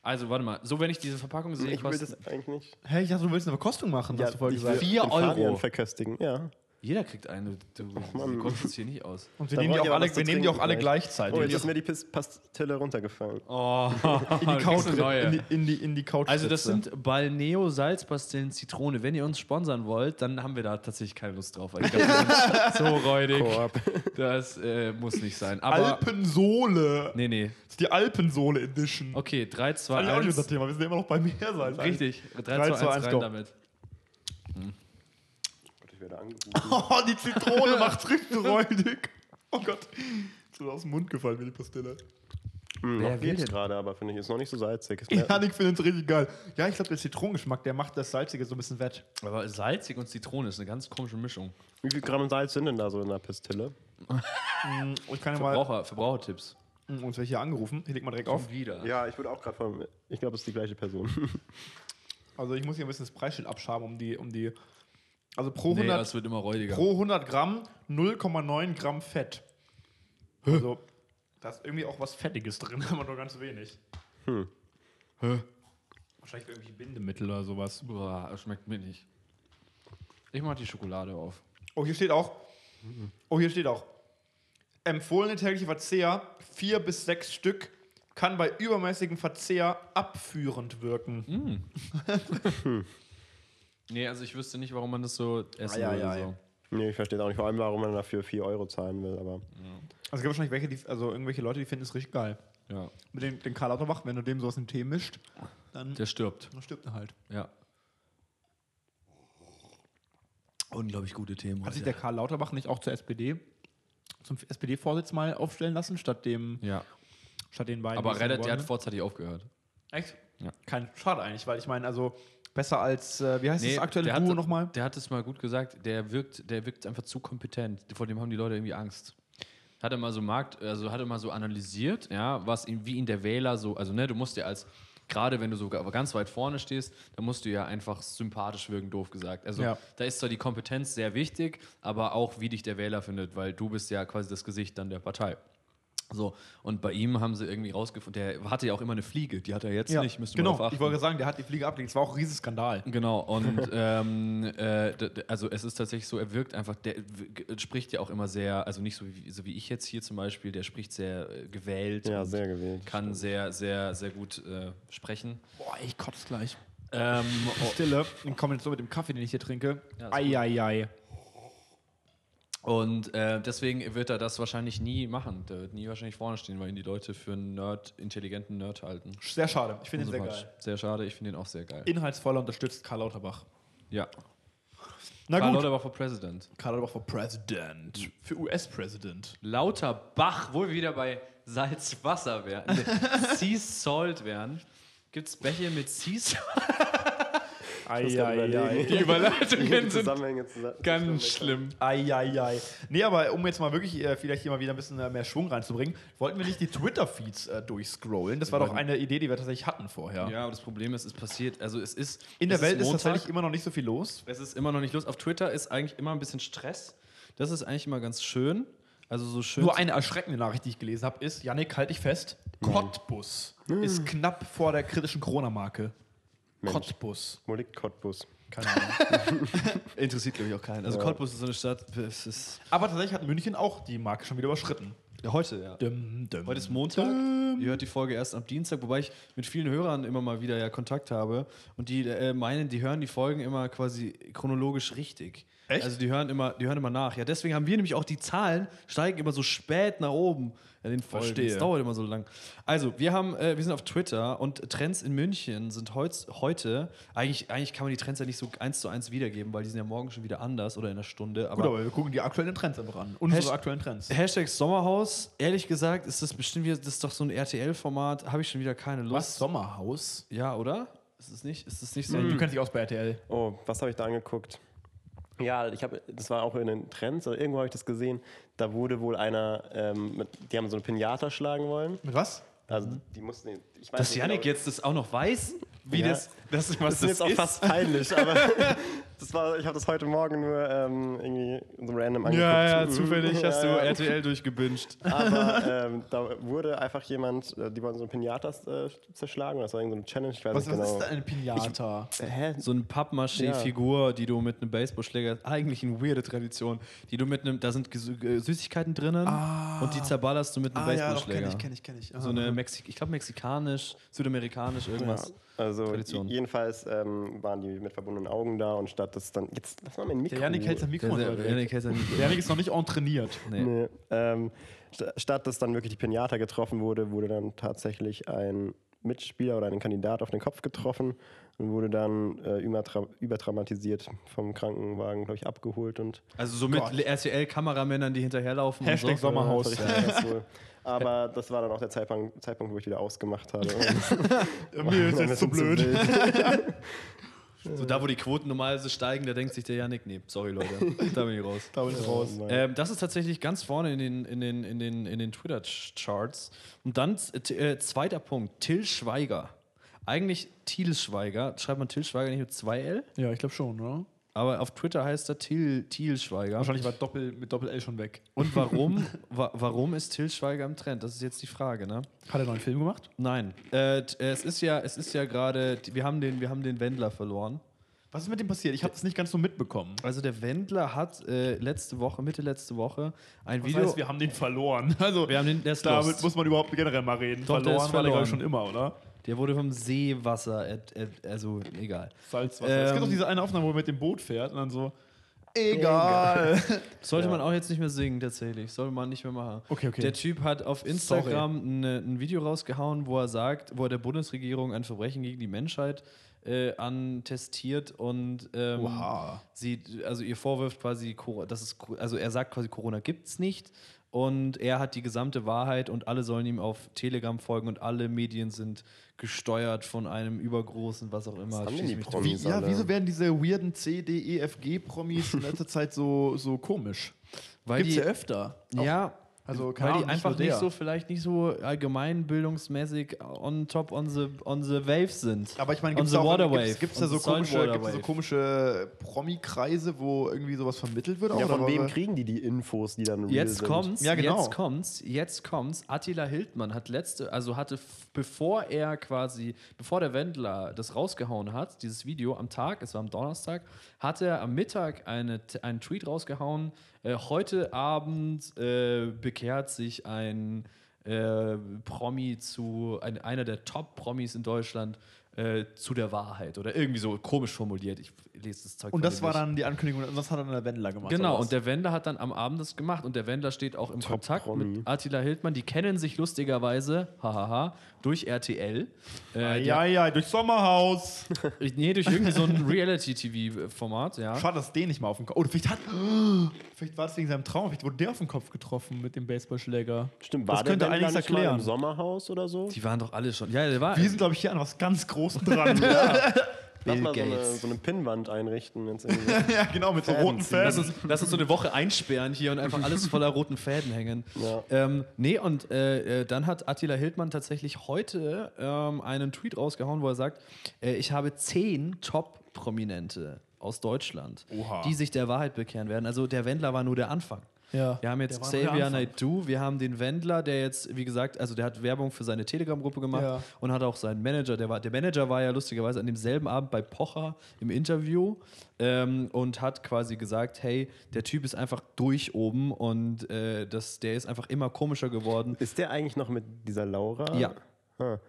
[SPEAKER 2] Also, warte mal. So, wenn ich diese Verpackung sehe,
[SPEAKER 4] Ich will
[SPEAKER 2] kostet...
[SPEAKER 4] das eigentlich nicht.
[SPEAKER 3] Hä, ich dachte, du willst eine Verkostung machen, hast du vorher
[SPEAKER 4] ich will
[SPEAKER 3] gesagt.
[SPEAKER 2] Vier
[SPEAKER 4] den
[SPEAKER 2] Euro.
[SPEAKER 4] Fabian verköstigen. Ja. Oh,
[SPEAKER 2] Jeder kriegt eine. Du, du kommst jetzt hier nicht aus.
[SPEAKER 3] Und wir
[SPEAKER 4] Da
[SPEAKER 3] nehmen die
[SPEAKER 4] brauch ich
[SPEAKER 3] auch
[SPEAKER 4] aber
[SPEAKER 3] alle,
[SPEAKER 4] was zu
[SPEAKER 3] wir nehmen die auch
[SPEAKER 4] trinken
[SPEAKER 3] alle
[SPEAKER 4] gleich.
[SPEAKER 3] gleichzeitig.
[SPEAKER 4] Oh, jetzt ist mir die Pis- Pastille runtergefallen.
[SPEAKER 2] Oh,
[SPEAKER 3] in die Couch,
[SPEAKER 2] neue.
[SPEAKER 3] in die, in die, in die Couch
[SPEAKER 2] also das sind Balneo Salzpastillen Zitrone. Wenn ihr uns sponsern wollt, dann haben wir da tatsächlich keine Lust drauf. weil Ich glaub, wir sind so räudig. Das äh, muss nicht sein. Aber
[SPEAKER 3] Alpensohle.
[SPEAKER 2] nee, nee.
[SPEAKER 3] Das ist die Alpensohle Edition.
[SPEAKER 2] Okay, 3 2
[SPEAKER 3] Das ist auch nicht unser
[SPEAKER 2] 1.
[SPEAKER 3] Thema. Wir sind immer noch bei Meersalz.
[SPEAKER 2] Richtig. 3 2
[SPEAKER 3] 3,
[SPEAKER 2] 1
[SPEAKER 3] 2, 1,
[SPEAKER 2] rein
[SPEAKER 3] go.
[SPEAKER 2] damit.
[SPEAKER 4] Ich werde angerufen.
[SPEAKER 3] Oh, die Zitrone macht richtig räudig. Oh Gott. Ist mir aus dem Mund gefallen mir die Pastille.
[SPEAKER 4] Hm,
[SPEAKER 2] Wer
[SPEAKER 4] noch
[SPEAKER 2] will
[SPEAKER 4] geht's
[SPEAKER 2] denn?
[SPEAKER 4] gerade, aber finde ich, ist noch nicht so salzig. Ist mehr-
[SPEAKER 3] Janik findet es richtig geil. Ja, ich glaube, der Zitronengeschmack, der macht das Salzige so ein bisschen wett.
[SPEAKER 2] Aber salzig und Zitrone ist eine ganz komische Mischung.
[SPEAKER 4] Wie viel Gramm Salz sind denn da so in der Pastille?
[SPEAKER 3] Und ich kann ja mal.
[SPEAKER 2] Verbraucher, Verbrauchertipps.
[SPEAKER 3] Hm, Uns wird hier angerufen. Hier legt man direkt auf.
[SPEAKER 2] Wieder.
[SPEAKER 4] Ja, ich würde auch gerade von. Ich glaube, es ist die gleiche Person.
[SPEAKER 3] Also, ich muss hier ein bisschen das Preisschild abschaben, um die. Um die also, pro
[SPEAKER 2] Nee,
[SPEAKER 3] 100,
[SPEAKER 2] das wird immer räudiger.
[SPEAKER 3] pro 100 Gramm 0,9 Gramm Fett. Also, da ist irgendwie auch was Fettiges drin, aber nur ganz wenig.
[SPEAKER 2] Hä?
[SPEAKER 3] Wahrscheinlich irgendwie Bindemittel oder sowas.
[SPEAKER 2] Boah, das schmeckt mir nicht. Ich mach die Schokolade auf.
[SPEAKER 3] Oh, hier steht auch. Oh, hier steht auch. Empfohlene tägliche Verzehr, vier bis sechs Stück, kann bei übermäßigem Verzehr abführend wirken.
[SPEAKER 2] Nee, also ich wüsste nicht, warum man das so essen
[SPEAKER 3] Ei, ei,
[SPEAKER 2] würde.
[SPEAKER 3] ei.
[SPEAKER 2] So.
[SPEAKER 4] nee, ich verstehe auch nicht, vor allem, warum man dafür 4 Euro zahlen will, aber.
[SPEAKER 3] Also es gibt wahrscheinlich welche, die, also irgendwelche Leute, die finden es richtig geil.
[SPEAKER 2] Ja,
[SPEAKER 3] Mit dem den Karl Lauterbach, wenn du dem sowas in den Tee mischt, dann,
[SPEAKER 2] der stirbt.
[SPEAKER 3] dann stirbt er halt.
[SPEAKER 2] Ja. Unglaublich gute Themen.
[SPEAKER 3] Hat sich der Karl Lauterbach nicht auch zur SPD, zum SPD-Vorsitz mal aufstellen lassen, statt dem,
[SPEAKER 2] ja,
[SPEAKER 3] statt den beiden? die
[SPEAKER 2] aber
[SPEAKER 3] es
[SPEAKER 2] Reddit, der
[SPEAKER 3] geworden
[SPEAKER 2] hat
[SPEAKER 3] sind?
[SPEAKER 2] vorzeitig aufgehört.
[SPEAKER 3] Echt?
[SPEAKER 2] Ja.
[SPEAKER 3] Kein Schade eigentlich, weil ich meine, also besser als, äh, wie heißt das aktuelle
[SPEAKER 2] der hat-
[SPEAKER 3] Duo nochmal?
[SPEAKER 2] Der hat es mal gut gesagt, der wirkt, der wirkt einfach zu kompetent. Vor dem haben die Leute irgendwie Angst. Hat er mal so Markt, also hat er mal so analysiert, ja, was ihn, wie ihn der Wähler so, also ne, du musst ja als, gerade wenn du sogar aber ganz weit vorne stehst, dann musst du ja einfach sympathisch wirken, doof gesagt. Also
[SPEAKER 3] Ja.
[SPEAKER 2] da ist zwar die Kompetenz sehr wichtig, aber auch wie dich der Wähler findet, weil du bist ja quasi das Gesicht dann der Partei. So, und bei ihm haben sie irgendwie rausgefunden, der hatte ja auch immer eine Fliege, die hat er jetzt nicht, müsste man
[SPEAKER 3] genau,
[SPEAKER 2] drauf achten.
[SPEAKER 3] ich wollte sagen, der hat die Fliege abgelegt. Das war auch ein Riesenskandal.
[SPEAKER 2] Genau, und ähm, äh, d- d- also es ist tatsächlich so, er wirkt einfach, der w- g- spricht ja auch immer sehr, also nicht so wie, so wie ich jetzt hier zum Beispiel, der spricht sehr äh, gewählt.
[SPEAKER 4] Ja,
[SPEAKER 2] und
[SPEAKER 4] sehr gewählt.
[SPEAKER 2] Kann sehr, sehr, sehr gut äh, sprechen.
[SPEAKER 3] Boah, ich kotze gleich.
[SPEAKER 2] Ähm,
[SPEAKER 3] Stille und komme jetzt so mit dem Kaffee, den ich hier trinke.
[SPEAKER 2] Ja, ist gut.
[SPEAKER 3] Eieiei.
[SPEAKER 2] o- und äh, deswegen wird er das wahrscheinlich nie machen. Der wird nie wahrscheinlich vorne stehen, weil ihn die Leute für einen Nerd, intelligenten Nerd halten.
[SPEAKER 3] Sehr schade. Ich finde ihn sehr
[SPEAKER 2] Unsympathisch.
[SPEAKER 3] geil.
[SPEAKER 2] sehr schade, ich finde ihn auch sehr geil.
[SPEAKER 3] Inhaltsvoller unterstützt Karl Lauterbach.
[SPEAKER 2] ja.
[SPEAKER 3] Na
[SPEAKER 2] Karl
[SPEAKER 3] gut.
[SPEAKER 2] Lauterbach for President.
[SPEAKER 3] Karl Lauterbach für President. Für US-Präsident.
[SPEAKER 2] Lauterbach, wo wir wieder bei Salzwasser wären, ne, Sea Salt wären, gibt es Bäche mit Sea Salt?
[SPEAKER 3] Eieiei.
[SPEAKER 4] überlegen.
[SPEAKER 2] Die Überleitungen
[SPEAKER 4] Die Zusammenhänge zusammen-
[SPEAKER 2] ganz
[SPEAKER 4] zusammen-
[SPEAKER 2] schlimm.
[SPEAKER 3] Eieiei. Nee, aber um jetzt mal wirklich äh, vielleicht hier mal wieder ein bisschen äh, mehr Schwung reinzubringen, wollten wir nicht die Twitter-Feeds äh, durchscrollen. Das war doch eine Idee, die wir tatsächlich hatten vorher.
[SPEAKER 2] Ja, aber das Problem ist, es passiert, also es ist...
[SPEAKER 3] In der
[SPEAKER 2] es
[SPEAKER 3] Welt ist
[SPEAKER 2] Montag,
[SPEAKER 3] tatsächlich immer noch nicht so viel los.
[SPEAKER 2] Es ist immer noch nicht los. Auf Twitter ist eigentlich immer ein bisschen Stress. Das ist eigentlich immer ganz schön. Also so schön...
[SPEAKER 3] Nur eine erschreckende Nachricht, die ich gelesen habe, ist, Yannick, halte ich fest, Cottbus
[SPEAKER 2] Ah.
[SPEAKER 3] ist knapp vor der kritischen Corona-Marke. Cottbus.
[SPEAKER 4] Wo liegt Cottbus?
[SPEAKER 3] Keine Ahnung.
[SPEAKER 2] interessiert, glaube ich, auch keinen. Also
[SPEAKER 4] Ja.
[SPEAKER 2] Cottbus ist so eine Stadt, es ist...
[SPEAKER 3] Aber tatsächlich hat München auch die Marke schon wieder überschritten.
[SPEAKER 2] Ja, heute, ja.
[SPEAKER 3] Dum, dum.
[SPEAKER 2] Heute ist Montag.
[SPEAKER 3] Ähm.
[SPEAKER 2] Ihr hört die Folge erst am Dienstag, wobei ich mit vielen Hörern immer mal wieder ja Kontakt habe und die äh, meinen, die hören die Folgen immer quasi chronologisch richtig.
[SPEAKER 3] Echt?
[SPEAKER 2] Also die hören immer, die hören immer nach. Ja, deswegen haben wir nämlich auch die Zahlen steigen immer so spät nach oben. Ja, den Folgen.
[SPEAKER 3] Verstehe.
[SPEAKER 2] Das dauert immer so lang. Also, wir haben, äh, wir sind auf Twitter und Trends in München sind heutz, heute, eigentlich, eigentlich kann man die Trends ja nicht so eins zu eins wiedergeben, weil die sind ja morgen schon wieder anders oder in einer Stunde. Aber
[SPEAKER 3] Gut, aber wir gucken die aktuellen Trends einfach an. Unsere
[SPEAKER 2] Hasht-
[SPEAKER 3] aktuellen Trends.
[SPEAKER 2] Hashtag Sommerhaus, ehrlich gesagt, ist das bestimmt wieder, das ist doch so ein RTL-Format, habe ich schon wieder keine Lust.
[SPEAKER 3] Was? Sommerhaus?
[SPEAKER 2] Ja, oder? Ist es nicht? Ist es nicht so?
[SPEAKER 3] Du kennst dich aus bei RTL.
[SPEAKER 4] Oh, was habe ich da angeguckt? Ja, ich habe, das war auch in den Trends oder irgendwo habe ich das gesehen. Da wurde wohl einer, ähm, mit, die haben so eine Pinata schlagen wollen.
[SPEAKER 3] Mit was?
[SPEAKER 4] Also die mussten, ich weiß
[SPEAKER 2] Dass
[SPEAKER 4] nicht
[SPEAKER 2] Yannick
[SPEAKER 4] genau.
[SPEAKER 2] jetzt das auch noch weiß, wie
[SPEAKER 4] Ja.
[SPEAKER 2] das, das, was
[SPEAKER 4] Das ist
[SPEAKER 2] das,
[SPEAKER 4] jetzt auch
[SPEAKER 2] ist.
[SPEAKER 4] fast peinlich, aber das war, ich habe das heute Morgen nur ähm, irgendwie so random angeguckt.
[SPEAKER 2] ja, ja,
[SPEAKER 4] Mhm.
[SPEAKER 2] zufällig hast du
[SPEAKER 4] Ja, ja.
[SPEAKER 2] RTL durchgebünscht.
[SPEAKER 4] Aber ähm, da wurde einfach jemand, äh, die wollten so Pinatas äh, zerschlagen. Das war irgendeine Challenge, ich weiß
[SPEAKER 3] Was,
[SPEAKER 4] nicht
[SPEAKER 3] was
[SPEAKER 4] genau.
[SPEAKER 3] ist da eine Pinata?
[SPEAKER 4] Äh, Hä?
[SPEAKER 2] So eine Pappmaché-Figur, die du mit einem Baseballschläger, eigentlich eine weirde Tradition, die du mit einem, da sind Gesü- äh, Süßigkeiten drinnen und die zerballerst du mit einem Baseballschläger.
[SPEAKER 3] ich, kenn ich.
[SPEAKER 2] So eine, Mexi ich glaube, mexikanisch, südamerikanisch, irgendwas.
[SPEAKER 4] Also
[SPEAKER 2] Tradition.
[SPEAKER 4] j- jedenfalls ähm, waren die mit verbundenen Augen da und statt das dann, jetzt lass mal mein Mikro.
[SPEAKER 3] Der Janik hält sein
[SPEAKER 2] Der-
[SPEAKER 3] Mikro
[SPEAKER 2] der-
[SPEAKER 3] der,
[SPEAKER 2] der Yannick heißt ja nicht-
[SPEAKER 3] Der Janik ist noch nicht entrainiert.
[SPEAKER 2] Nee.
[SPEAKER 4] Nee. Ähm, st statt dass dann wirklich die Pinata getroffen wurde, wurde dann tatsächlich ein Mitspieler oder ein Kandidat auf den Kopf getroffen und wurde dann äh, übertra übertraumatisiert vom Krankenwagen, glaube ich, abgeholt und äh,
[SPEAKER 2] Also so mit
[SPEAKER 3] Gott.
[SPEAKER 2] RTL-Kameramännern, die hinterherlaufen.
[SPEAKER 3] Hashtag
[SPEAKER 2] und so.
[SPEAKER 3] Sommerhaus.
[SPEAKER 4] Ja, das wohl. Aber das war dann auch der Zeitpunkt, Zeitpunkt wo ich wieder ausgemacht habe.
[SPEAKER 3] Mir ist jetzt zu blöd.
[SPEAKER 2] So da, wo die Quoten normalerweise steigen, da denkt sich der Janik, nee, sorry Leute, da bin ich raus.
[SPEAKER 3] Da bin ich raus.
[SPEAKER 2] Ähm, das ist tatsächlich ganz vorne in den, in den, in den, in den Twitter-Charts. Und dann äh, t- äh, zweiter Punkt, Till Schweiger. Eigentlich Thiel Schweiger, schreibt man Till Schweiger nicht mit 2L,
[SPEAKER 3] Ja, ich glaube schon, oder?
[SPEAKER 2] aber auf Twitter heißt er Till, Thiel Schweiger.
[SPEAKER 3] Wahrscheinlich war Doppel, mit Doppel-L schon weg.
[SPEAKER 2] Und warum, wa warum ist Till Schweiger im Trend? Das ist jetzt die Frage, ne?
[SPEAKER 3] Hat er noch einen Film gemacht?
[SPEAKER 2] Nein. Äh, t- äh, es ist ja, es ist ja gerade, wir haben den, wir haben den Wendler verloren.
[SPEAKER 3] Was ist mit dem passiert? Ich habe das nicht ganz so mitbekommen.
[SPEAKER 2] Also der Wendler hat äh, letzte Woche, Mitte letzte Woche, ein
[SPEAKER 3] Das
[SPEAKER 2] Video.
[SPEAKER 3] heißt, wir haben den verloren. Also,
[SPEAKER 2] Wir haben den- der ist
[SPEAKER 3] damit
[SPEAKER 2] lost.
[SPEAKER 3] muss man überhaupt generell mal reden.
[SPEAKER 2] Doch, der
[SPEAKER 3] verloren
[SPEAKER 2] ist
[SPEAKER 3] war der, glaub ich, schon
[SPEAKER 2] verloren.
[SPEAKER 3] immer, oder?
[SPEAKER 2] der wurde vom Seewasser, ent- ent- also egal.
[SPEAKER 3] Salzwasser. es
[SPEAKER 2] Ähm,
[SPEAKER 3] gibt doch diese eine Aufnahme, wo er mit dem Boot fährt und dann so. Egal.
[SPEAKER 2] Sollte man auch jetzt nicht mehr singen, tatsächlich. Sollte man nicht mehr machen.
[SPEAKER 3] Okay, okay.
[SPEAKER 2] Der Typ hat auf Instagram ne- ein Video rausgehauen, wo er sagt, wo er der Bundesregierung ein Verbrechen gegen die Menschheit äh, antestiert und ähm,
[SPEAKER 3] Oha.
[SPEAKER 2] sie, also ihr vorwirft quasi, Cor- das ist, Co- also er sagt quasi, Corona gibt's nicht. Und er hat die gesamte Wahrheit und alle sollen ihm auf Telegram folgen und alle Medien sind gesteuert von einem übergroßen, was auch immer.
[SPEAKER 4] haben denn
[SPEAKER 2] Schieß
[SPEAKER 4] die
[SPEAKER 2] mich tot.
[SPEAKER 4] Promis?
[SPEAKER 3] ja,
[SPEAKER 4] alle.
[SPEAKER 3] wieso werden diese weirden C, D, E, F, G-Promis in letzter Zeit so, so komisch?
[SPEAKER 2] Weil
[SPEAKER 3] Gibt's
[SPEAKER 2] die-
[SPEAKER 3] ja öfter.
[SPEAKER 2] Ja,
[SPEAKER 3] Also, keine
[SPEAKER 2] weil die
[SPEAKER 3] Ahnung,
[SPEAKER 2] einfach
[SPEAKER 3] nur
[SPEAKER 2] nicht
[SPEAKER 3] der.
[SPEAKER 2] so, vielleicht nicht so allgemeinbildungsmäßig on top on the, on the wave sind.
[SPEAKER 3] Aber ich meine,
[SPEAKER 2] on
[SPEAKER 3] gibt es
[SPEAKER 2] the
[SPEAKER 3] da, auch-
[SPEAKER 2] water wave.
[SPEAKER 3] gibt's- gibt's da
[SPEAKER 2] on
[SPEAKER 3] so
[SPEAKER 2] the salt
[SPEAKER 3] komische,
[SPEAKER 2] water
[SPEAKER 3] gibt's so
[SPEAKER 2] wave.
[SPEAKER 3] komische Promi-Kreise, wo irgendwie sowas vermittelt wird?
[SPEAKER 4] Ja,
[SPEAKER 3] oder
[SPEAKER 4] von
[SPEAKER 3] kriegen
[SPEAKER 4] wem kriegen die die Infos, die dann real
[SPEAKER 2] Jetzt
[SPEAKER 4] sind?
[SPEAKER 2] kommt's,
[SPEAKER 3] Ja, genau.
[SPEAKER 2] jetzt kommt's, jetzt kommt's. Attila Hildmann hat letzte, also hatte, f- bevor er quasi, bevor der Wendler das rausgehauen hat, dieses Video am Tag, es war am Donnerstag, hat er am Mittag eine, T- einen Tweet rausgehauen. Äh, heute Abend äh, bekehrt sich ein äh, Promi zu, ein, einer der Top-Promis in Deutschland äh, zu der Wahrheit oder irgendwie so komisch formuliert. Ich lese das Zeug
[SPEAKER 3] Und
[SPEAKER 2] von
[SPEAKER 3] das
[SPEAKER 2] dem
[SPEAKER 3] war
[SPEAKER 2] nicht.
[SPEAKER 3] dann die Ankündigung, und das hat dann der Wendler gemacht.
[SPEAKER 2] Genau,
[SPEAKER 3] oder was?
[SPEAKER 2] und der Wendler hat dann am Abend das gemacht und der Wendler steht auch im Kontakt
[SPEAKER 4] Promi.
[SPEAKER 2] mit Attila Hildmann. Die kennen sich lustigerweise, hahaha, durch RTL. Äh,
[SPEAKER 3] ja, ja, durch Sommerhaus.
[SPEAKER 2] die- Nee, durch irgendwie so ein Reality-TV-Format, ja.
[SPEAKER 3] Schade, dass den nicht mal auf den Kopf. Oder vielleicht hat. Vielleicht war das wegen seinem Traum. Vielleicht wurde der auf den Kopf getroffen mit dem Baseballschläger.
[SPEAKER 4] Stimmt, war
[SPEAKER 3] das
[SPEAKER 4] der
[SPEAKER 3] könnte
[SPEAKER 4] Wendler
[SPEAKER 3] einiges
[SPEAKER 4] nicht mal
[SPEAKER 3] erklären.
[SPEAKER 4] Im Sommerhaus oder so?
[SPEAKER 2] Die waren doch alle schon. Ja, der war.
[SPEAKER 3] Wir sind, glaube ich, hier an was ganz Großem dran.
[SPEAKER 4] Lass
[SPEAKER 2] Bill
[SPEAKER 4] mal so eine,
[SPEAKER 2] Gates.
[SPEAKER 4] so eine Pinnwand einrichten. Jetzt irgendwie.
[SPEAKER 3] ja, genau, mit so roten
[SPEAKER 2] Lass
[SPEAKER 3] Fäden.
[SPEAKER 2] uns, lass uns so eine Woche einsperren hier und einfach alles voller roten Fäden hängen.
[SPEAKER 4] Ja.
[SPEAKER 2] Ähm, nee, und äh, äh, dann hat Attila Hildmann tatsächlich heute ähm, einen Tweet rausgehauen, wo er sagt, äh, ich habe zehn Top-Prominente aus Deutschland,
[SPEAKER 3] Oha.
[SPEAKER 2] die sich der Wahrheit bekehren werden. Also der Wendler war nur der Anfang.
[SPEAKER 3] Ja,
[SPEAKER 2] wir haben
[SPEAKER 3] der
[SPEAKER 2] jetzt
[SPEAKER 3] war nur der
[SPEAKER 2] Xavier
[SPEAKER 3] Anfang.
[SPEAKER 2] Naidoo, wir haben den Wendler, der jetzt, wie gesagt, also der hat Werbung für seine Telegram-Gruppe gemacht
[SPEAKER 3] Ja.
[SPEAKER 2] und hat auch seinen Manager, der, war, der Manager war ja lustigerweise an demselben Abend bei Pocher im Interview ähm, und hat quasi gesagt, hey, der Typ ist einfach durch oben und äh, das, der ist einfach immer komischer geworden.
[SPEAKER 4] Ist der eigentlich noch mit dieser Laura?
[SPEAKER 2] Ja.
[SPEAKER 4] Hm.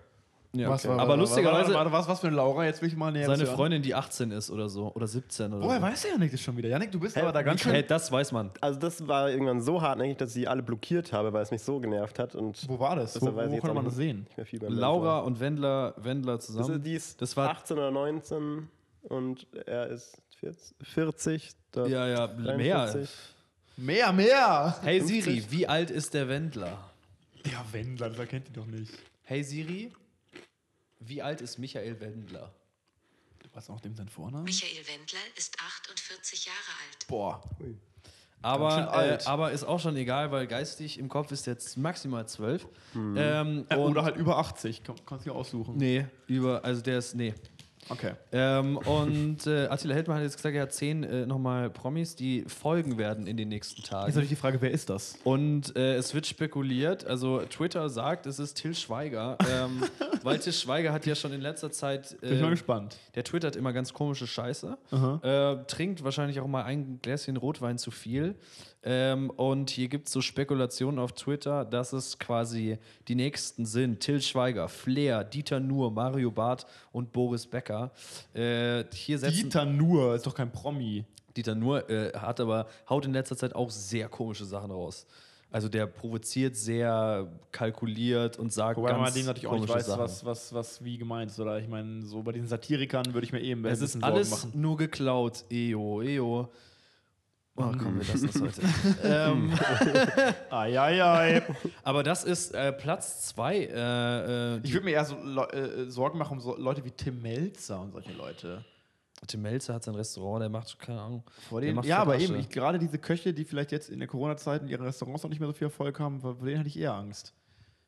[SPEAKER 2] Ja,
[SPEAKER 3] Was
[SPEAKER 2] okay.
[SPEAKER 3] war-
[SPEAKER 2] Aber
[SPEAKER 3] warte,
[SPEAKER 2] lustigerweise,
[SPEAKER 3] Warte, warte, was, was für eine Laura? Jetzt will ich mal näher
[SPEAKER 2] seine
[SPEAKER 3] hören.
[SPEAKER 2] Freundin, die 18 ist oder so, oder 17 oder
[SPEAKER 3] Woher
[SPEAKER 2] so.
[SPEAKER 3] weiß der Janik das schon wieder? Janik, du bist aber da ganz
[SPEAKER 2] Hey,
[SPEAKER 3] schön.
[SPEAKER 2] das weiß man.
[SPEAKER 4] Also das war irgendwann so hartnäckig, dass ich die alle blockiert habe, weil es mich so genervt hat. Und
[SPEAKER 3] Wo war das? Wo,
[SPEAKER 4] Deshalb
[SPEAKER 3] wo
[SPEAKER 4] weiß ich jetzt
[SPEAKER 3] konnte
[SPEAKER 4] auch
[SPEAKER 3] man
[SPEAKER 4] nicht-
[SPEAKER 3] das sehen?
[SPEAKER 4] nicht mehr viel beim
[SPEAKER 2] Laura und Wendler, Wendler
[SPEAKER 4] Das,
[SPEAKER 2] zusammen.
[SPEAKER 4] ist, die ist
[SPEAKER 2] das war
[SPEAKER 4] 18 oder 19 und er ist 40. 40 da-
[SPEAKER 2] ja ja mehr.
[SPEAKER 4] 43.
[SPEAKER 3] Mehr, mehr!
[SPEAKER 2] Hey Siri, wie alt ist der Wendler?
[SPEAKER 3] Der Wendler, das kennt ihr doch nicht.
[SPEAKER 2] Hey Siri, wie alt ist Michael Wendler?
[SPEAKER 3] Was auch dem sein Vorname?
[SPEAKER 6] Michael Wendler ist 48 Jahre alt.
[SPEAKER 3] Boah. Ganz
[SPEAKER 2] Aber,
[SPEAKER 3] schön
[SPEAKER 2] äh,
[SPEAKER 3] alt.
[SPEAKER 2] aber ist auch schon egal, weil geistig im Kopf ist jetzt maximal 12. Ähm,
[SPEAKER 3] Äh,
[SPEAKER 2] und-
[SPEAKER 3] Oder halt über 80. Komm, kannst du dir aussuchen.
[SPEAKER 2] Nee, über, also der ist, nee.
[SPEAKER 3] Okay.
[SPEAKER 2] Ähm, und äh, Attila Heldmann hat jetzt gesagt, er hat zehn äh, nochmal Promis, die folgen werden in den nächsten
[SPEAKER 3] Jetzt habe
[SPEAKER 2] Tagen.
[SPEAKER 3] Also ich die Frage, wer ist das?
[SPEAKER 2] Und äh, es wird spekuliert, also Twitter sagt, es ist Till Schweiger, ähm, weil Till Schweiger hat ja schon in letzter Zeit,
[SPEAKER 3] Bin ich mal
[SPEAKER 2] äh,
[SPEAKER 3] gespannt.
[SPEAKER 2] der twittert immer ganz komische Scheiße, äh, trinkt wahrscheinlich auch mal ein Gläschen Rotwein zu viel. Ähm, und hier gibt es so Spekulationen auf Twitter, dass es quasi die nächsten sind: Till Schweiger, Flair, Dieter Nuhr, Mario Barth und Boris Becker. Äh, hier setzen
[SPEAKER 3] Dieter Nur ist doch kein Promi.
[SPEAKER 2] Dieter Nuhr äh, hat aber, haut in letzter Zeit auch sehr komische Sachen raus. Also der provoziert sehr kalkuliert und sagt
[SPEAKER 3] Wobei
[SPEAKER 2] ganz
[SPEAKER 3] man dem natürlich auch nicht
[SPEAKER 2] komische
[SPEAKER 3] weiß,
[SPEAKER 2] Sachen.
[SPEAKER 3] was, was, was wie gemeint ist. Oder ich meine, so bei diesen Satirikern würde ich mir eben
[SPEAKER 2] es ist alles nur geklaut. Eo, eo. Oh komm, wir lassen das heute.
[SPEAKER 3] äh,
[SPEAKER 2] ähm,
[SPEAKER 3] Eieiei.
[SPEAKER 2] aber das ist äh, Platz zwei. Äh, äh,
[SPEAKER 3] Ich würde mir eher so Leu- äh, äh, Sorgen machen um so Leute wie Tim Melzer und solche Leute.
[SPEAKER 2] Tim Melzer hat sein Restaurant, der macht, keine Ahnung.
[SPEAKER 3] Vor
[SPEAKER 2] der
[SPEAKER 3] denen,
[SPEAKER 2] macht
[SPEAKER 3] ja,
[SPEAKER 2] fett
[SPEAKER 3] aber
[SPEAKER 2] Asche.
[SPEAKER 3] eben, ich, gerade diese Köche, die vielleicht jetzt in der Corona-Zeit in ihren Restaurants noch nicht mehr so viel Erfolg haben, vor vor denen hatte ich eher Angst.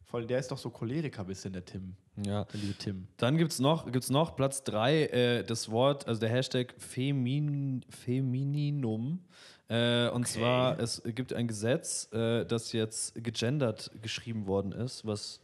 [SPEAKER 3] Vor allem, der ist doch so Choleriker bisschen, der Tim.
[SPEAKER 2] ja.
[SPEAKER 3] Der liebe Tim.
[SPEAKER 2] Dann gibt es noch, gibt's noch Platz 3, äh, das Wort, also der Hashtag Femin, Femininum. Äh, und zwar, es gibt ein Gesetz, äh, das jetzt gegendert geschrieben worden ist, was,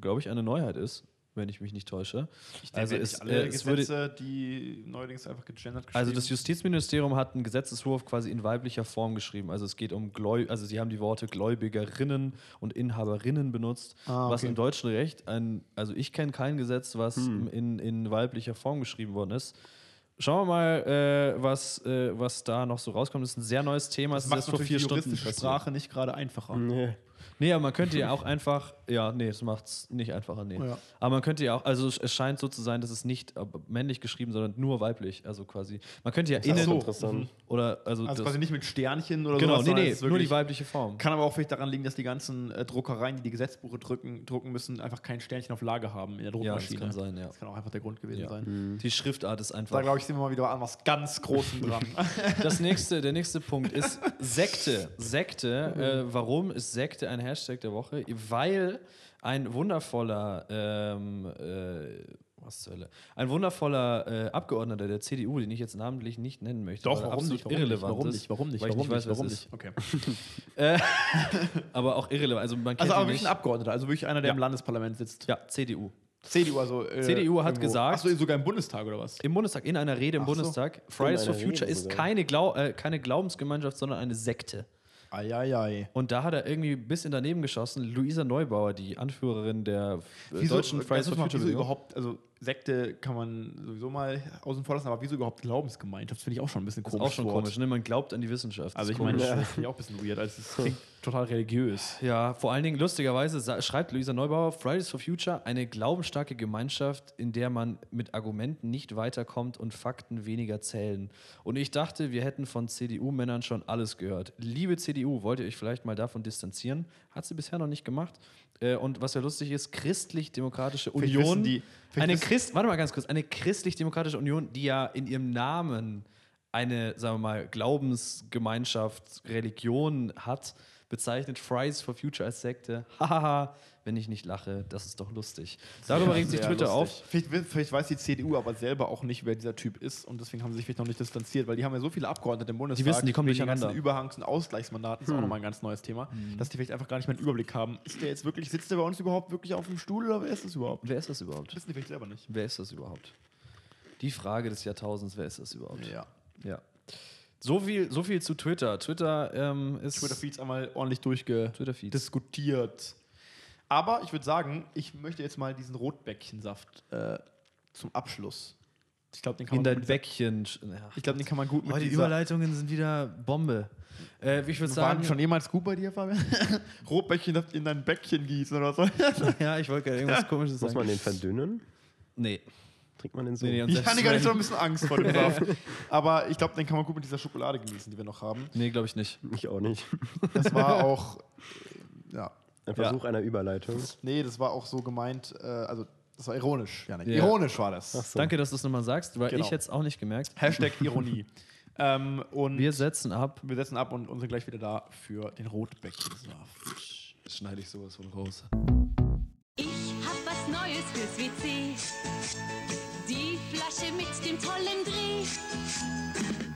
[SPEAKER 2] glaube ich, eine Neuheit ist, wenn ich mich nicht täusche. also es, äh, es würde,
[SPEAKER 3] die neuerdings einfach gegendert
[SPEAKER 2] also das Justizministerium hat einen Gesetzeswurf quasi in weiblicher Form geschrieben. Also es geht um Gläu also sie haben die Worte Gläubigerinnen und Inhaberinnen benutzt,
[SPEAKER 3] Ah,
[SPEAKER 2] was
[SPEAKER 3] okay. Hm.
[SPEAKER 2] im deutschen Recht ein, also ich kenne kein Gesetz, was in, in weiblicher Form geschrieben worden ist. Schauen wir mal, äh, was, äh, was da noch so rauskommt. Das ist ein sehr neues Thema. Das,
[SPEAKER 3] das
[SPEAKER 2] ist
[SPEAKER 3] macht
[SPEAKER 2] erst vor
[SPEAKER 3] natürlich
[SPEAKER 2] vier
[SPEAKER 3] die
[SPEAKER 2] Stunden
[SPEAKER 3] juristische
[SPEAKER 2] passiert.
[SPEAKER 3] Sprache nicht gerade einfacher.
[SPEAKER 4] Nee.
[SPEAKER 2] Nee, aber man könnte ja auch einfach, ja, nee, das macht's nicht einfacher, nee.
[SPEAKER 3] Oh Ja.
[SPEAKER 2] Aber man könnte ja auch, also es- es scheint so zu sein, dass es nicht äh, männlich geschrieben, sondern nur weiblich, also quasi. Man könnte ja innen
[SPEAKER 4] Auch interessant.
[SPEAKER 2] oder also,
[SPEAKER 3] Also
[SPEAKER 2] das,
[SPEAKER 3] quasi nicht mit Sternchen oder
[SPEAKER 2] genau,
[SPEAKER 3] sowas.
[SPEAKER 2] nee,
[SPEAKER 3] sondern
[SPEAKER 2] nee,
[SPEAKER 3] es ist
[SPEAKER 2] nur die
[SPEAKER 3] wirklich-
[SPEAKER 2] weibliche Form.
[SPEAKER 3] Kann aber auch vielleicht daran liegen, dass die ganzen äh, Druckereien, die die Gesetzbuche drücken, drucken müssen, einfach kein Sternchen auf Lage haben in der
[SPEAKER 2] Ja, das
[SPEAKER 3] Druckmaschine.
[SPEAKER 2] kann sein, ja.
[SPEAKER 3] Das kann auch einfach der Grund gewesen
[SPEAKER 2] Ja. Mhm.
[SPEAKER 3] sein.
[SPEAKER 2] Die Schriftart ist
[SPEAKER 3] Da
[SPEAKER 2] einfach.
[SPEAKER 3] glaube ich, sind wir mal wieder an was ganz Großem dran. Also
[SPEAKER 2] Das nächste, der nächste Punkt ist Sekte. Sekte. Äh, warum ist Sekte ein Hashtag der Woche? Weil ein wundervoller, ähm, äh, was zur Hölle? Ein wundervoller äh, Abgeordneter der CDU, den ich jetzt namentlich nicht nennen möchte, weil er absolut irrelevant
[SPEAKER 3] warum
[SPEAKER 2] ist.
[SPEAKER 3] nicht? Warum nicht?
[SPEAKER 2] weil ich
[SPEAKER 3] Warum
[SPEAKER 2] nicht weiß,
[SPEAKER 3] nicht? Warum
[SPEAKER 2] wer es
[SPEAKER 3] nicht? Okay.
[SPEAKER 2] ist. Aber auch irrelevant. Also man kennt
[SPEAKER 3] Also aber
[SPEAKER 2] ihn
[SPEAKER 3] wirklich
[SPEAKER 2] nicht.
[SPEAKER 3] ein Abgeordneter, also wirklich einer, der
[SPEAKER 2] Ja.
[SPEAKER 3] im Landesparlament sitzt.
[SPEAKER 2] ja, CDU.
[SPEAKER 3] CDU, also. äh,
[SPEAKER 2] CDU hat gesagt-
[SPEAKER 3] Achso, sogar im Bundestag oder was?
[SPEAKER 2] Im Bundestag, in einer Rede im
[SPEAKER 3] Ach so.
[SPEAKER 2] Bundestag, Fridays
[SPEAKER 4] In
[SPEAKER 2] for
[SPEAKER 4] einer
[SPEAKER 2] Future
[SPEAKER 4] Rede
[SPEAKER 2] ist
[SPEAKER 4] sogar.
[SPEAKER 2] keine, Glau äh, keine Glaubensgemeinschaft, sondern eine Sekte.
[SPEAKER 3] Eieiei.
[SPEAKER 2] Und da hat er irgendwie ein bisschen daneben geschossen. Luisa Neubauer, die Anführerin der äh,
[SPEAKER 3] Wieso,
[SPEAKER 2] deutschen Fridays for Future.
[SPEAKER 3] wieso
[SPEAKER 2] Bewegung.
[SPEAKER 3] überhaupt, also Sekte kann man sowieso mal außen vor lassen, aber wieso überhaupt Glaubensgemeinschaft? Das finde ich auch schon ein bisschen
[SPEAKER 2] Das ist
[SPEAKER 3] komisch.
[SPEAKER 2] auch schon
[SPEAKER 3] Wort.
[SPEAKER 2] komisch, ne? Man glaubt an die Wissenschaft.
[SPEAKER 3] Also
[SPEAKER 2] Das
[SPEAKER 3] ich
[SPEAKER 2] ist
[SPEAKER 3] meine,
[SPEAKER 2] komisch.
[SPEAKER 3] das finde ich auch ein bisschen weird. Also es klingt total religiös.
[SPEAKER 2] Ja, vor allen Dingen lustigerweise sa- schreibt Luisa Neubauer Fridays for Future eine glaubensstarke Gemeinschaft, in der man mit Argumenten nicht weiterkommt und Fakten weniger zählen. Und ich dachte, wir hätten von CDU-Männern schon alles gehört. Liebe CDU, wollt ihr euch vielleicht mal davon distanzieren? Hat sie bisher noch nicht gemacht. Äh, Und was ja lustig ist, christlich-demokratische
[SPEAKER 3] Vielleicht
[SPEAKER 2] Union.
[SPEAKER 3] wissen die- vielleicht
[SPEAKER 2] eine
[SPEAKER 3] wissen-
[SPEAKER 2] Christ, warte mal ganz kurz, eine christlich-demokratische Union, die ja in ihrem Namen eine, sagen wir mal, Glaubensgemeinschaft, Religion hat, bezeichnet Fridays for Future als Sekte. Hahaha, wenn ich nicht lache, das ist doch lustig. Darüber regt sich
[SPEAKER 3] Sehr
[SPEAKER 2] Twitter
[SPEAKER 3] lustig. Vielleicht, will- vielleicht weiß die CDU aber selber auch nicht, wer dieser Typ ist und deswegen haben sie sich vielleicht noch nicht distanziert, weil die haben ja so viele Abgeordnete im Bundestag.
[SPEAKER 2] wissen, die kommen Hm.
[SPEAKER 3] wegen den
[SPEAKER 2] durcheinander.
[SPEAKER 3] ganzen Überhangs- und Ausgleichsmandaten ist auch nochmal ein ganz neues Thema,
[SPEAKER 2] Hm.
[SPEAKER 3] dass die vielleicht einfach gar nicht mehr einen Überblick haben. Ist der jetzt wirklich, sitzt der bei uns überhaupt wirklich auf dem Stuhl oder wer ist das überhaupt?
[SPEAKER 2] auf. Wer ist das überhaupt?
[SPEAKER 3] Wissen die vielleicht selber nicht.
[SPEAKER 2] Wer ist das überhaupt? Die Frage des Jahrtausends, wer ist das überhaupt?
[SPEAKER 3] Ja.
[SPEAKER 2] Ja. So viel, so viel zu Twitter. Twitter ähm, ist.
[SPEAKER 3] Twitter-Feeds einmal ordentlich durchge
[SPEAKER 2] Twitter-Feeds.
[SPEAKER 3] diskutiert. Aber ich würde sagen, ich möchte jetzt mal diesen Rotbäckchensaft äh, zum Abschluss. Ich glaube, den kann
[SPEAKER 2] In
[SPEAKER 3] man gut
[SPEAKER 2] dein
[SPEAKER 3] mit dieser-
[SPEAKER 2] Bäckchen. sch- Ja.
[SPEAKER 3] Ich glaube, den kann man gut mit
[SPEAKER 2] Oh, die
[SPEAKER 3] dieser-
[SPEAKER 2] Überleitungen sind wieder Bombe. Äh, ich würde
[SPEAKER 3] Waren
[SPEAKER 2] sagen,
[SPEAKER 3] schon jemals gut bei dir, Fabian? Rotbäckchen in dein Bäckchen gießen oder so.
[SPEAKER 2] ja, ich wollte gerade irgendwas komisches
[SPEAKER 4] Muss
[SPEAKER 2] sagen.
[SPEAKER 4] man den verdünnen?
[SPEAKER 2] Nee.
[SPEAKER 4] Trinkt man den so?
[SPEAKER 2] nee, nee, und
[SPEAKER 3] Ich
[SPEAKER 2] selbst
[SPEAKER 3] hatte gar nicht so
[SPEAKER 2] wenn-
[SPEAKER 3] ein bisschen Angst vor dem Saft. Aber ich glaube, den kann man gut mit dieser Schokolade genießen, die wir noch haben.
[SPEAKER 2] Nee, glaube ich nicht.
[SPEAKER 4] Ich auch nicht.
[SPEAKER 3] Das war auch, äh, ja,
[SPEAKER 4] Ein Versuch einer Überleitung.
[SPEAKER 3] nee, das war auch so gemeint, äh, also das war ironisch, Janik.
[SPEAKER 2] Ja.
[SPEAKER 3] Ironisch war das.
[SPEAKER 4] So.
[SPEAKER 2] Danke, dass du es nochmal sagst, weil
[SPEAKER 3] Genau.
[SPEAKER 2] ich jetzt auch nicht gemerkt.
[SPEAKER 3] Hashtag Ironie. ähm, und
[SPEAKER 2] Wir
[SPEAKER 3] wir,
[SPEAKER 2] setzen ab.
[SPEAKER 3] setzen ab und, und sind gleich wieder da für den Rotbäckchensaft.
[SPEAKER 2] Schneide ich sowas von raus.
[SPEAKER 7] Ich hab was Neues fürs WC. Die Flasche mit dem tollen Dreh.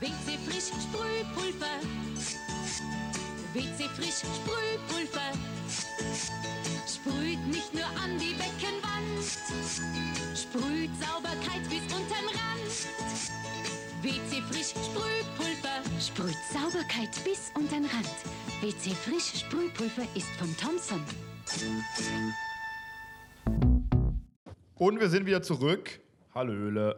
[SPEAKER 7] WC frisch Sprühpulver. WC frisch Sprühpulver. Sprüht nicht nur an die Beckenwand. Sprüht Sauberkeit bis untern Rand. WC frisch Sprühpulver. Sprüht Sauberkeit bis untern Rand. WC frisch Sprühpulver ist von Thomson.
[SPEAKER 3] Und wir sind wieder zurück. Hallöle.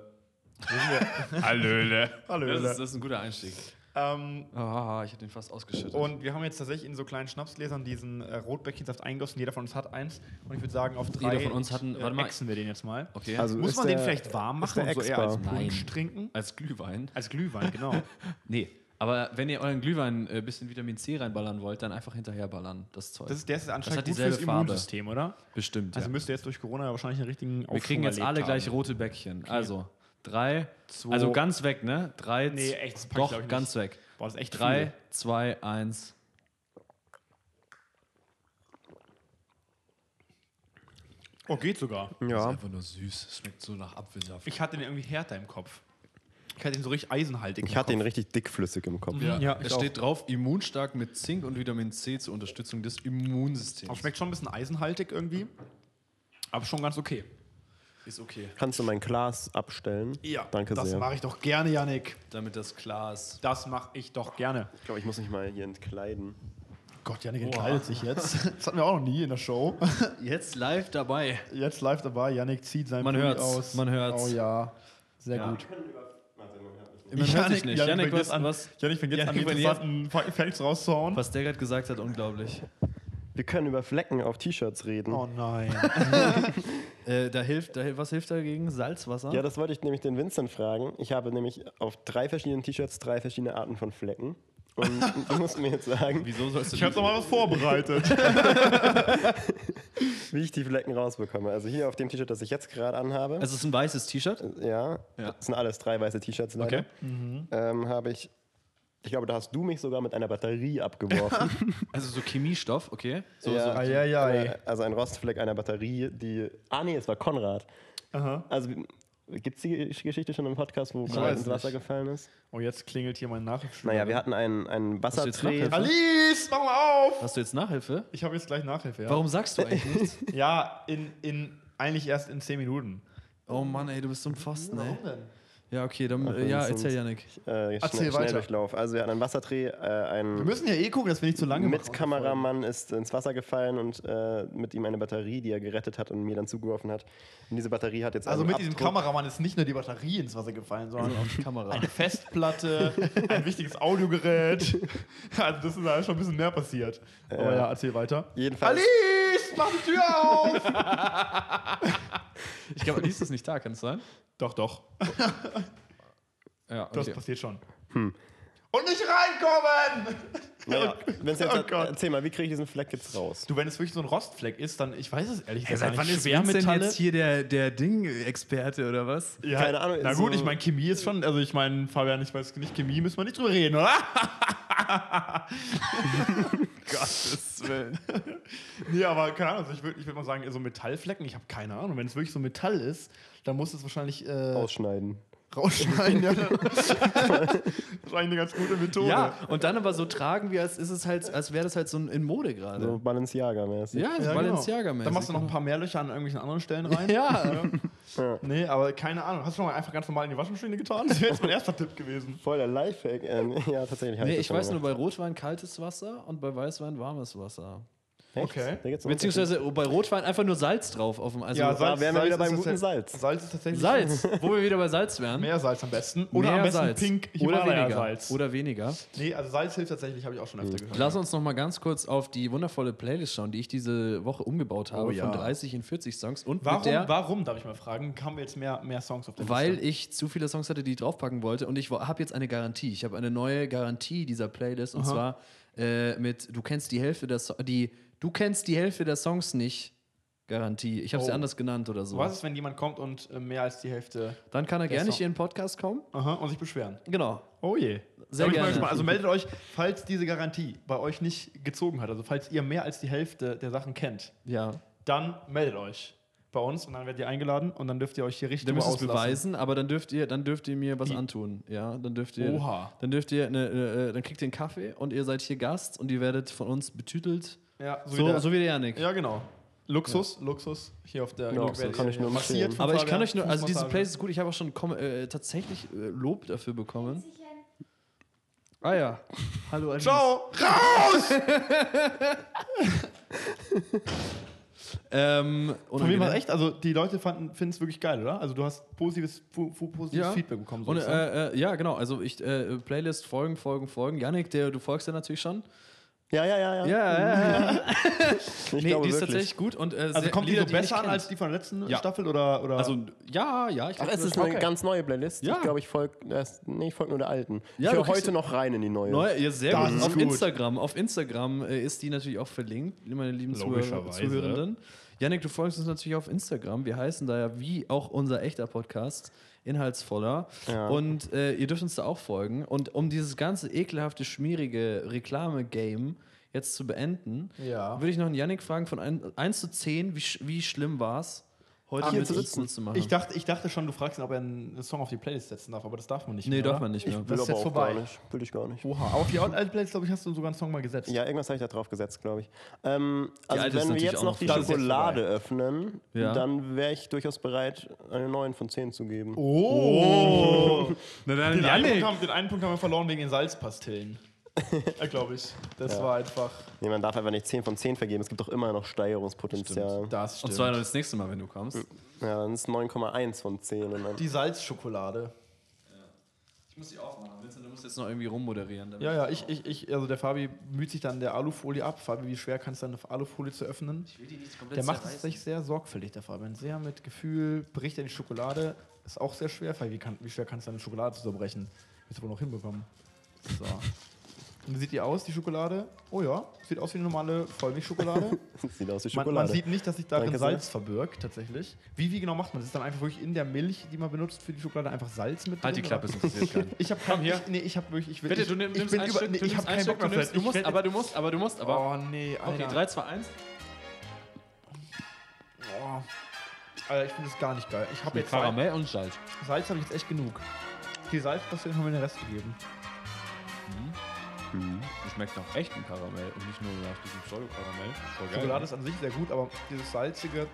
[SPEAKER 2] Hallöle.
[SPEAKER 3] Hallöle.
[SPEAKER 2] Das ist, das ist ein guter Einstieg.
[SPEAKER 3] Ähm,
[SPEAKER 2] Ah, ich hätte den fast ausgeschüttet.
[SPEAKER 3] und wir haben jetzt tatsächlich in so kleinen Schnapsgläsern diesen äh, Rotbäckchensaft eingegossen. Jeder von uns hat eins. Und ich würde sagen, auf drei
[SPEAKER 2] von uns hat einen-
[SPEAKER 3] äh,
[SPEAKER 2] warte mal.
[SPEAKER 3] ächzen wir den jetzt mal.
[SPEAKER 2] okay.
[SPEAKER 4] Also
[SPEAKER 3] Muss
[SPEAKER 4] ist
[SPEAKER 3] man den
[SPEAKER 4] der-
[SPEAKER 3] vielleicht warm
[SPEAKER 4] ist
[SPEAKER 3] machen
[SPEAKER 4] der
[SPEAKER 3] und so eher als
[SPEAKER 4] Expa?
[SPEAKER 3] Punsch trinken?
[SPEAKER 2] als Glühwein.
[SPEAKER 3] Als Glühwein, genau.
[SPEAKER 2] Nee. Aber wenn ihr euren Glühwein ein äh, bisschen Vitamin C reinballern wollt, dann einfach hinterher ballern, das Zeug.
[SPEAKER 3] Das ist, der ist
[SPEAKER 2] Das
[SPEAKER 3] anscheinend
[SPEAKER 2] hat
[SPEAKER 3] gut
[SPEAKER 2] dieselbe
[SPEAKER 3] fürs
[SPEAKER 2] Farbe.
[SPEAKER 3] Immunsystem, oder?
[SPEAKER 2] Bestimmt.
[SPEAKER 3] Also
[SPEAKER 2] ja.
[SPEAKER 3] müsste jetzt durch Corona wahrscheinlich einen richtigen
[SPEAKER 2] Wir kriegen jetzt alle gleich
[SPEAKER 3] rot.
[SPEAKER 2] rote Bäckchen. Also drei,
[SPEAKER 3] Zwei.
[SPEAKER 2] also ganz weg, ne? Drei,
[SPEAKER 3] Nee,
[SPEAKER 2] z-
[SPEAKER 3] echt, das pack ich, glaub
[SPEAKER 2] doch
[SPEAKER 3] ich,
[SPEAKER 2] ganz
[SPEAKER 3] nicht.
[SPEAKER 2] weg.
[SPEAKER 3] Boah, das ist echt
[SPEAKER 2] Drei,
[SPEAKER 3] viel.
[SPEAKER 2] zwei, eins.
[SPEAKER 3] Oh, geht sogar.
[SPEAKER 4] Ja,
[SPEAKER 2] einfach nur süß. Es schmeckt so nach Apfelsaft.
[SPEAKER 3] Ich hatte den irgendwie härter im Kopf. Ich hatte ihn so richtig eisenhaltig.
[SPEAKER 4] ich hatte ihn richtig dickflüssig im Kopf.
[SPEAKER 2] ja,
[SPEAKER 3] Ja, ich
[SPEAKER 2] es
[SPEAKER 3] auch.
[SPEAKER 2] steht drauf, immunstark mit Zink und Vitamin C zur Unterstützung des
[SPEAKER 3] Aber
[SPEAKER 2] Immunsystems.
[SPEAKER 3] schmeckt schon ein bisschen eisenhaltig irgendwie. Aber schon ganz okay.
[SPEAKER 2] Ist okay.
[SPEAKER 4] Kannst du mein Glas abstellen? Danke
[SPEAKER 3] das
[SPEAKER 4] sehr.
[SPEAKER 3] mache ich doch gerne, Yannick.
[SPEAKER 2] Damit das klar ist.
[SPEAKER 3] Das mache ich doch gerne.
[SPEAKER 4] Ich glaube, ich muss mich mal hier entkleiden.
[SPEAKER 3] Gott, Yannick entkleidet sich jetzt. Das hatten wir auch noch nie in der Show.
[SPEAKER 2] Jetzt live dabei.
[SPEAKER 3] Jetzt live dabei. Yannick zieht seinen
[SPEAKER 2] Man
[SPEAKER 3] Pulli
[SPEAKER 2] hört's,
[SPEAKER 3] aus.
[SPEAKER 2] man hört's.
[SPEAKER 3] Oh ja. Sehr
[SPEAKER 2] Ja.
[SPEAKER 3] gut.
[SPEAKER 2] Man hört dich nicht. Janik,
[SPEAKER 3] fängt
[SPEAKER 2] was,
[SPEAKER 3] jetzt an,
[SPEAKER 2] was,
[SPEAKER 3] Yannick fängt jetzt an, die
[SPEAKER 2] Yannick, wenn ihr-
[SPEAKER 3] interessanten Fa- Facts rauszuhauen.
[SPEAKER 2] was der gerade gesagt hat, unglaublich.
[SPEAKER 4] Wir können über Flecken auf T-Shirts reden.
[SPEAKER 2] ne?
[SPEAKER 3] Oh nein.
[SPEAKER 2] Äh, da hilft, da, hil- was hilft dagegen? Salzwasser?
[SPEAKER 4] Ja, das wollte ich nämlich den Vincent fragen. Ich habe nämlich auf drei verschiedenen T-Shirts drei verschiedene Arten von Flecken. Und du musst mir jetzt sagen,
[SPEAKER 2] Wieso sollst du
[SPEAKER 3] Ich habe mal was vorbereitet.
[SPEAKER 4] wie ich die Flecken rausbekomme. Also hier auf dem T-Shirt, das ich jetzt gerade anhabe,
[SPEAKER 2] Es ist ein weißes T-Shirt.
[SPEAKER 4] ja,
[SPEAKER 2] Also, Ja.
[SPEAKER 4] das sind alles drei weiße T-Shirts leider,
[SPEAKER 2] Okay.
[SPEAKER 4] ähm, habe ich, ich glaube, da hast du mich sogar mit einer Batterie abgeworfen.
[SPEAKER 2] Also so Chemiestoff, okay. So,
[SPEAKER 4] Ja.
[SPEAKER 2] so.
[SPEAKER 3] Eieiei.
[SPEAKER 4] Also ein Rostfleck einer Batterie, die. Ah, nee, es war Konrad. Also gibt es die Gesch- Geschichte schon im Podcast, wo Konrad
[SPEAKER 2] weiß
[SPEAKER 4] ins Wasser
[SPEAKER 2] nicht.
[SPEAKER 4] gefallen ist?
[SPEAKER 3] Oh, jetzt klingelt hier mein Nachhilfeschüler.
[SPEAKER 4] Naja, wir hatten einen, einen
[SPEAKER 2] du Mhm. jetzt noch
[SPEAKER 4] Wasserträger.
[SPEAKER 2] Hilfe?
[SPEAKER 3] Alice, mach mal auf!
[SPEAKER 2] Hast du jetzt Nachhilfe?
[SPEAKER 3] Ich habe jetzt gleich Nachhilfe. Ja,
[SPEAKER 2] Warum sagst du eigentlich nichts?
[SPEAKER 3] ja in, in, eigentlich erst in 10 Minuten.
[SPEAKER 2] Oh Mann, ey, du bist so ein Pfosten, ey.
[SPEAKER 3] denn?
[SPEAKER 2] Ja, okay, dann äh, ja,
[SPEAKER 4] Vincent.
[SPEAKER 2] erzähl Janik.
[SPEAKER 4] Äh,
[SPEAKER 3] Erzähl
[SPEAKER 4] schnell,
[SPEAKER 3] weiter.
[SPEAKER 4] schnell Durchlauf. Also wir hatten einen Wasserdreh, äh,
[SPEAKER 3] Wir
[SPEAKER 4] ein
[SPEAKER 3] müssen ja eh gucken, dass wir nicht zu lange
[SPEAKER 4] Mitkameramann ist ins Wasser gefallen und äh, mit ihm eine Batterie, die er gerettet hat und mir dann zugeworfen hat. Und diese Batterie hat jetzt
[SPEAKER 3] Also
[SPEAKER 4] einen
[SPEAKER 3] mit diesem
[SPEAKER 4] Abdruck-
[SPEAKER 3] Kameramann ist nicht nur die Batterie ins Wasser gefallen, sondern auch
[SPEAKER 2] Also Die Kamera.
[SPEAKER 3] eine Festplatte, ein wichtiges Audiogerät. Also das ist alles schon ein bisschen mehr passiert. Aber ja, erzähl weiter.
[SPEAKER 4] Jedenfalls,
[SPEAKER 3] Alice, mach die Tür auf!
[SPEAKER 2] Ich glaube, die ist das nicht da, kann es sein?
[SPEAKER 3] doch, doch.
[SPEAKER 2] Ja,
[SPEAKER 3] Das
[SPEAKER 2] okay.
[SPEAKER 3] passiert schon.
[SPEAKER 4] Hm.
[SPEAKER 3] Und nicht reinkommen!
[SPEAKER 4] naja, wenn's jetzt
[SPEAKER 3] Oh Gott.
[SPEAKER 4] erzähl mal, wie kriege ich diesen Fleck jetzt raus?
[SPEAKER 3] Du, wenn es wirklich so ein Rostfleck ist, dann, ich weiß es ehrlich gesagt
[SPEAKER 2] Seit
[SPEAKER 3] gar
[SPEAKER 2] wann
[SPEAKER 3] nicht.
[SPEAKER 2] ist Vincent
[SPEAKER 3] Schwermetalle-
[SPEAKER 2] jetzt hier der, der äh, Ding-Experte oder was?
[SPEAKER 3] Ja,
[SPEAKER 4] Keine Ahnung,
[SPEAKER 3] Na
[SPEAKER 4] so-
[SPEAKER 3] gut, ich meine, Chemie ist schon, also ich meine, Fabian, ich weiß nicht, Chemie müssen wir nicht drüber reden, oder? Gottes Willen. nee, aber keine Ahnung, also ich würde ich würd mal sagen, so Metallflecken, ich habe keine Ahnung. Wenn es wirklich so Metall ist, dann muss es wahrscheinlich äh,
[SPEAKER 4] Ausschneiden.
[SPEAKER 3] rausschneiden. ja. das ist eigentlich eine ganz gute Methode.
[SPEAKER 2] Ja, und dann aber so tragen wir, als ist es halt, als wäre das halt so ein in Mode gerade.
[SPEAKER 4] So Balenciaga-mäßig.
[SPEAKER 2] Ja, so
[SPEAKER 3] Ja, genau.
[SPEAKER 2] Balenciaga-mäßig.
[SPEAKER 3] Dann machst du noch ein paar mehr Löcher an irgendwelchen anderen Stellen rein.
[SPEAKER 2] Ja.
[SPEAKER 3] Nee, aber keine Ahnung. Hast du schon mal einfach ganz normal in die Waschmaschine getan? Das wäre jetzt mein erster Tipp gewesen.
[SPEAKER 4] Voll der Lifehack. Ähm, ja, tatsächlich. hab
[SPEAKER 2] Nee,
[SPEAKER 4] das
[SPEAKER 2] ich
[SPEAKER 4] schon
[SPEAKER 2] weiß nur,
[SPEAKER 4] gemacht.
[SPEAKER 2] bei Rotwein kaltes Wasser und bei Weißwein warmes Wasser.
[SPEAKER 4] Echt?
[SPEAKER 3] Okay.
[SPEAKER 4] Da um gibt's einen
[SPEAKER 2] Beziehungsweise oh, bei Rotwein einfach nur Salz drauf auf dem also
[SPEAKER 4] Unterschied? da wären wir wieder beim
[SPEAKER 3] ist
[SPEAKER 4] guten
[SPEAKER 3] tats-
[SPEAKER 4] Salz.
[SPEAKER 3] Salz ist tatsächlich.
[SPEAKER 2] Salz, wo wir wieder bei Salz wären.
[SPEAKER 3] Mehr Salz am besten. Oder
[SPEAKER 2] Mehr
[SPEAKER 3] am besten
[SPEAKER 2] Salz.
[SPEAKER 3] pink
[SPEAKER 2] oder weniger.
[SPEAKER 3] Himalaya-Salz.
[SPEAKER 2] Oder weniger.
[SPEAKER 3] Nee, also Salz hilft tatsächlich, habe ich auch schon öfter gehört.
[SPEAKER 2] Lass uns noch mal ganz kurz auf die wundervolle Playlist schauen, die ich diese Woche umgebaut habe
[SPEAKER 3] Oh ja.
[SPEAKER 2] von 30 in 40 Songs und
[SPEAKER 3] Warum,
[SPEAKER 2] mit der
[SPEAKER 3] warum, darf ich mal fragen, kamen jetzt mehr, mehr Songs auf der
[SPEAKER 2] Weil
[SPEAKER 3] Liste?
[SPEAKER 2] ich zu viele Songs hatte, die ich draufpacken wollte. Und ich habe jetzt eine Garantie. Ich habe eine neue Garantie dieser Playlist. Und zwar äh, mit Du kennst die Hälfte der so die Du kennst die Hälfte der Songs nicht. Garantie. Ich habe sie
[SPEAKER 3] Oh.
[SPEAKER 2] anders genannt oder so.
[SPEAKER 3] Was ist, wenn jemand kommt und äh, mehr als die Hälfte
[SPEAKER 2] Dann kann er
[SPEAKER 3] Der
[SPEAKER 2] gerne
[SPEAKER 3] Song.
[SPEAKER 2] hier in den Podcast kommen.
[SPEAKER 3] Aha, und sich beschweren?
[SPEAKER 2] Genau.
[SPEAKER 3] Oh je.
[SPEAKER 2] Sehr
[SPEAKER 3] Sehr
[SPEAKER 2] gerne.
[SPEAKER 3] gerne. Also meldet euch, falls diese Garantie bei euch nicht gezogen hat, also falls ihr mehr als die Hälfte der Sachen kennt,
[SPEAKER 2] Ja.
[SPEAKER 3] dann meldet euch bei uns und dann werdet ihr eingeladen und dann dürft ihr euch hier richtig
[SPEAKER 2] Dann müsst ihr es
[SPEAKER 3] auslassen.
[SPEAKER 2] beweisen, aber dann dürft ihr, dann dürft ihr mir was
[SPEAKER 3] Wie?
[SPEAKER 2] antun. Ja, dann dürft ihr.
[SPEAKER 3] Oha.
[SPEAKER 2] Dann dürft ihr, eine, eine, äh, dann kriegt ihr einen Kaffee und ihr seid hier Gast und ihr werdet von uns betütelt.
[SPEAKER 3] Ja, so,
[SPEAKER 2] So,
[SPEAKER 3] wie der,
[SPEAKER 2] so wie der Janik.
[SPEAKER 3] ja, genau. Luxus, Luxus hier auf der
[SPEAKER 4] Ja,
[SPEAKER 3] werdet
[SPEAKER 4] so kann
[SPEAKER 3] ihr
[SPEAKER 4] ich nur
[SPEAKER 3] massiert
[SPEAKER 4] empfehlen.
[SPEAKER 3] von
[SPEAKER 2] Aber ich
[SPEAKER 3] Fabian,
[SPEAKER 2] kann euch nur, also diese
[SPEAKER 3] Fußmassage.
[SPEAKER 2] Playlist ist gut, ich habe auch schon kom- äh, tatsächlich äh, Lob dafür bekommen. Ah ja. Hallo, Alice.
[SPEAKER 3] Ciao!
[SPEAKER 2] Ähm,
[SPEAKER 3] Von mir
[SPEAKER 2] unangenehm.
[SPEAKER 3] war echt, also die Leute finden es wirklich geil, oder? Also du hast positives, fu- fu- positives
[SPEAKER 2] ja.
[SPEAKER 3] Feedback bekommen.
[SPEAKER 2] Und,
[SPEAKER 3] ich sagen.
[SPEAKER 2] äh, äh, ja, genau. Also ich äh, Playlist, Folgen, Folgen, Folgen. Janik, der, du folgst ja natürlich schon.
[SPEAKER 4] Ja, ja, ja, ja.
[SPEAKER 2] ja, ja. ja.
[SPEAKER 4] Ich
[SPEAKER 2] Nee,
[SPEAKER 4] glaube
[SPEAKER 2] die ist
[SPEAKER 4] wirklich.
[SPEAKER 2] tatsächlich gut. Und, äh,
[SPEAKER 3] also
[SPEAKER 2] sehr-
[SPEAKER 3] kommt die
[SPEAKER 2] Lieder,
[SPEAKER 3] so
[SPEAKER 2] ihr
[SPEAKER 3] besser
[SPEAKER 2] nicht
[SPEAKER 3] an als
[SPEAKER 2] kennt.
[SPEAKER 3] die von der letzten
[SPEAKER 2] Ja.
[SPEAKER 3] Staffel? Oder, oder?
[SPEAKER 2] Also, ja, ja. Ich
[SPEAKER 4] Ach,
[SPEAKER 2] glaub,
[SPEAKER 4] es
[SPEAKER 2] das-
[SPEAKER 4] ist eine
[SPEAKER 2] okay.
[SPEAKER 4] ganz neue Playlist.
[SPEAKER 2] Ja.
[SPEAKER 4] Ich glaube, ich folge nee, ich folg nur der alten.
[SPEAKER 2] Ja,
[SPEAKER 4] ich
[SPEAKER 2] du
[SPEAKER 4] höre
[SPEAKER 2] kriegst-
[SPEAKER 4] heute noch rein in die neue.
[SPEAKER 2] Neu, ja, sehr
[SPEAKER 3] Ne? Das
[SPEAKER 2] gut.
[SPEAKER 3] ist
[SPEAKER 2] Auf
[SPEAKER 3] gut.
[SPEAKER 2] Instagram. Auf Instagram äh, ist die natürlich auch verlinkt, meine lieben Zuhörer,
[SPEAKER 3] Logischerweise.
[SPEAKER 2] Zuhörenden. Janik, du folgst uns natürlich auf Instagram. Wir heißen da ja wie auch unser echter Podcast inhaltsvoller.
[SPEAKER 4] Ja.
[SPEAKER 2] Und äh, ihr dürft uns da auch folgen. Und um dieses ganze ekelhafte, schmierige Reklame-Game jetzt zu beenden,
[SPEAKER 3] Ja.
[SPEAKER 2] würde ich noch einen Janik fragen von 1 zu 10, wie, sch- wie schlimm war es, heute
[SPEAKER 4] Ach,
[SPEAKER 2] mit
[SPEAKER 4] hier zu
[SPEAKER 2] uns
[SPEAKER 4] sitzen.
[SPEAKER 2] mitzumachen?
[SPEAKER 3] ich, dachte, ich dachte schon, du fragst ihn, ob er einen Song auf die Playlist setzen darf, aber das darf man nicht.
[SPEAKER 2] nee,
[SPEAKER 3] mehr,
[SPEAKER 2] darf
[SPEAKER 3] oder?
[SPEAKER 2] man nicht mehr.
[SPEAKER 4] Will
[SPEAKER 3] das ist jetzt
[SPEAKER 4] aber auch
[SPEAKER 3] vorbei.
[SPEAKER 4] Gar nicht. Will ich gar nicht.
[SPEAKER 3] Oha, aber auf die alte Playlist, glaube ich, hast du sogar einen Song mal gesetzt.
[SPEAKER 4] Ja, irgendwas habe ich da drauf gesetzt, glaube ich. Ähm, also
[SPEAKER 2] alte ist
[SPEAKER 4] wenn wir
[SPEAKER 2] natürlich
[SPEAKER 4] jetzt
[SPEAKER 2] auch
[SPEAKER 4] noch
[SPEAKER 2] noch
[SPEAKER 4] die
[SPEAKER 2] voll.
[SPEAKER 3] Das ist jetzt
[SPEAKER 4] Schokolade öffnen,
[SPEAKER 2] Ja.
[SPEAKER 4] dann wäre ich durchaus bereit, eine 9 von 10 zu geben.
[SPEAKER 3] Oh!
[SPEAKER 2] Na dann,
[SPEAKER 3] Den, einen Punkt haben, den einen Punkt haben wir verloren wegen den Salzpastillen. ja, glaube ich. Das war einfach.
[SPEAKER 4] Nee, man darf einfach nicht 10 von 10 vergeben. Es gibt doch immer noch Steigerungspotenzial.
[SPEAKER 3] Das
[SPEAKER 2] Und
[SPEAKER 3] stimmt.
[SPEAKER 2] zwar das nächste Mal, wenn du kommst.
[SPEAKER 4] Ja, dann ist 9,1 von 10. Und dann
[SPEAKER 3] die Salzschokolade.
[SPEAKER 2] Ich muss die aufmachen. Vincent, du musst jetzt noch irgendwie rummoderieren. damit
[SPEAKER 3] Ja, ja,
[SPEAKER 2] ich
[SPEAKER 3] ich, ich, ich, also der Fabi müht sich dann der Alufolie ab. Fabi, wie schwer kannst du eine Alufolie zu öffnen?
[SPEAKER 2] will die nicht komplett
[SPEAKER 3] Der macht es
[SPEAKER 2] zerreißen.
[SPEAKER 3] sich sehr sorgfältig, der Fabian. Sehr mit Gefühl, bricht er die Schokolade. Ist auch sehr schwer, Fabi. Wie, kann, wie schwer kannst du eine Schokolade zerbrechen? Willst du wohl noch hinbekommen. So. Und wie sieht die aus, die Schokolade? Oh ja, sieht aus wie eine normale Vollmilchschokolade.
[SPEAKER 4] sieht aus wie
[SPEAKER 3] Man,
[SPEAKER 4] Schokolade.
[SPEAKER 3] man sieht nicht, dass sich darin
[SPEAKER 4] Danke sehr.
[SPEAKER 3] Salz verbirgt, tatsächlich. Wie, wie genau macht man das? Ist dann einfach wirklich in der Milch, die man benutzt für die Schokolade, einfach Salz mit
[SPEAKER 2] Halt die
[SPEAKER 3] drin,
[SPEAKER 2] Klappe,
[SPEAKER 3] oder?
[SPEAKER 2] es interessiert keinen.
[SPEAKER 3] Ich habe
[SPEAKER 2] Komm hier.
[SPEAKER 3] Ich, nee, ich habe wirklich. Ich will,
[SPEAKER 2] Bitte,
[SPEAKER 3] ich,
[SPEAKER 2] du nimm-
[SPEAKER 3] ich
[SPEAKER 2] nimmst
[SPEAKER 3] bin
[SPEAKER 2] ein
[SPEAKER 3] über-
[SPEAKER 2] Stück,
[SPEAKER 3] nee,
[SPEAKER 2] du
[SPEAKER 3] ich
[SPEAKER 2] nimmst
[SPEAKER 3] habe
[SPEAKER 2] ein
[SPEAKER 3] keinen Bock
[SPEAKER 2] Stück,
[SPEAKER 3] mehr
[SPEAKER 2] du nimmst,
[SPEAKER 3] Fleisch.
[SPEAKER 2] du
[SPEAKER 3] Ich
[SPEAKER 2] musst,
[SPEAKER 3] werd-
[SPEAKER 2] aber du musst, aber du musst, aber...
[SPEAKER 3] Oh nee, Alter.
[SPEAKER 2] okay, 3, 2, 1.
[SPEAKER 3] Oh. Alter, ich finde das gar nicht geil. Ich habe jetzt
[SPEAKER 2] und Salz.
[SPEAKER 3] Salz, Salz habe ich jetzt echt genug. Die Salzpastillen haben wir den Rest gegeben.
[SPEAKER 2] Das schmeckt nach echtem Karamell und nicht nur nach diesem Pseudo-Karamell. Voll geil.
[SPEAKER 3] Schokolade ist an sich sehr gut, aber dieses salzige.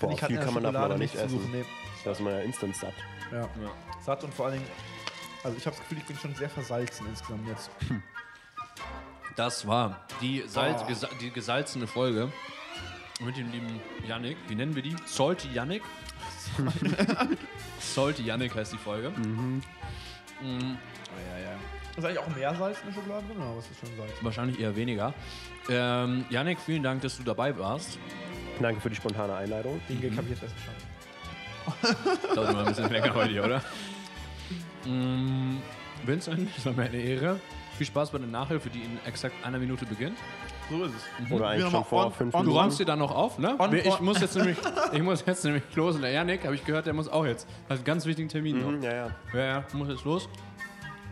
[SPEAKER 4] Boah,
[SPEAKER 3] ich hatte
[SPEAKER 4] viel
[SPEAKER 3] in der
[SPEAKER 4] kann man davon
[SPEAKER 3] Schokolade
[SPEAKER 4] aber nicht
[SPEAKER 3] nichts zu
[SPEAKER 4] essen.
[SPEAKER 3] suchen,
[SPEAKER 4] Da ist man ja instant satt.
[SPEAKER 3] Nee. Ja. Satt und vor allen Dingen. Also ich habe das Gefühl, ich bin schon sehr versalzen insgesamt jetzt.
[SPEAKER 2] Das war die, Salz,
[SPEAKER 3] Oh.
[SPEAKER 2] gesa die gesalzene Folge mit dem lieben Yannick. Wie nennen wir die? Salty Yannick. Salty Yannick heißt die Folge.
[SPEAKER 3] Ja, ja, ja. Ist eigentlich auch mehr Salz in der Schokolade drin oder was ist schon Salz?
[SPEAKER 2] Wahrscheinlich eher weniger. Ähm, Yannick, vielen Dank, dass du dabei warst.
[SPEAKER 4] Danke für die spontane Einladung.
[SPEAKER 3] Den Gag habe ich jetzt erst verstanden.
[SPEAKER 2] Dauert immer ein bisschen länger bei dir, oder? Mm, Vincent, es war mir eine Ehre. Viel Spaß bei der Nachhilfe, die in exakt einer Minute beginnt.
[SPEAKER 3] So ist es.
[SPEAKER 4] Oder eigentlich schon vor fünf
[SPEAKER 2] Du
[SPEAKER 4] Minuten.
[SPEAKER 2] räumst dir dann noch auf, ne?
[SPEAKER 3] On-
[SPEAKER 2] ich,
[SPEAKER 3] on-
[SPEAKER 2] muss jetzt nämlich, ich muss jetzt nämlich los. Und der Janik, habe ich gehört, der muss auch jetzt. Hat einen ganz wichtigen Termin
[SPEAKER 4] Mhm,
[SPEAKER 2] noch.
[SPEAKER 4] ja, ja.
[SPEAKER 2] Ja, ja, muss jetzt los.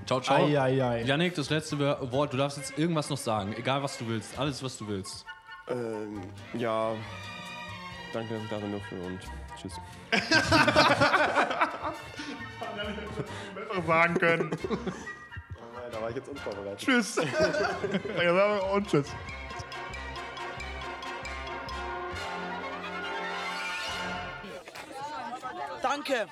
[SPEAKER 2] Ciao, ciao.
[SPEAKER 3] Eieiei.
[SPEAKER 2] Janik, das letzte Wort. Du darfst jetzt irgendwas noch sagen. Egal, was du willst. Alles, was du willst.
[SPEAKER 4] Ähm, ja. Danke, dass ich da sein durfte und tschüss.
[SPEAKER 3] sagen können.
[SPEAKER 4] Da war ich jetzt unvorbereitet.
[SPEAKER 3] Tschüss. Und tschüss.
[SPEAKER 5] Danke.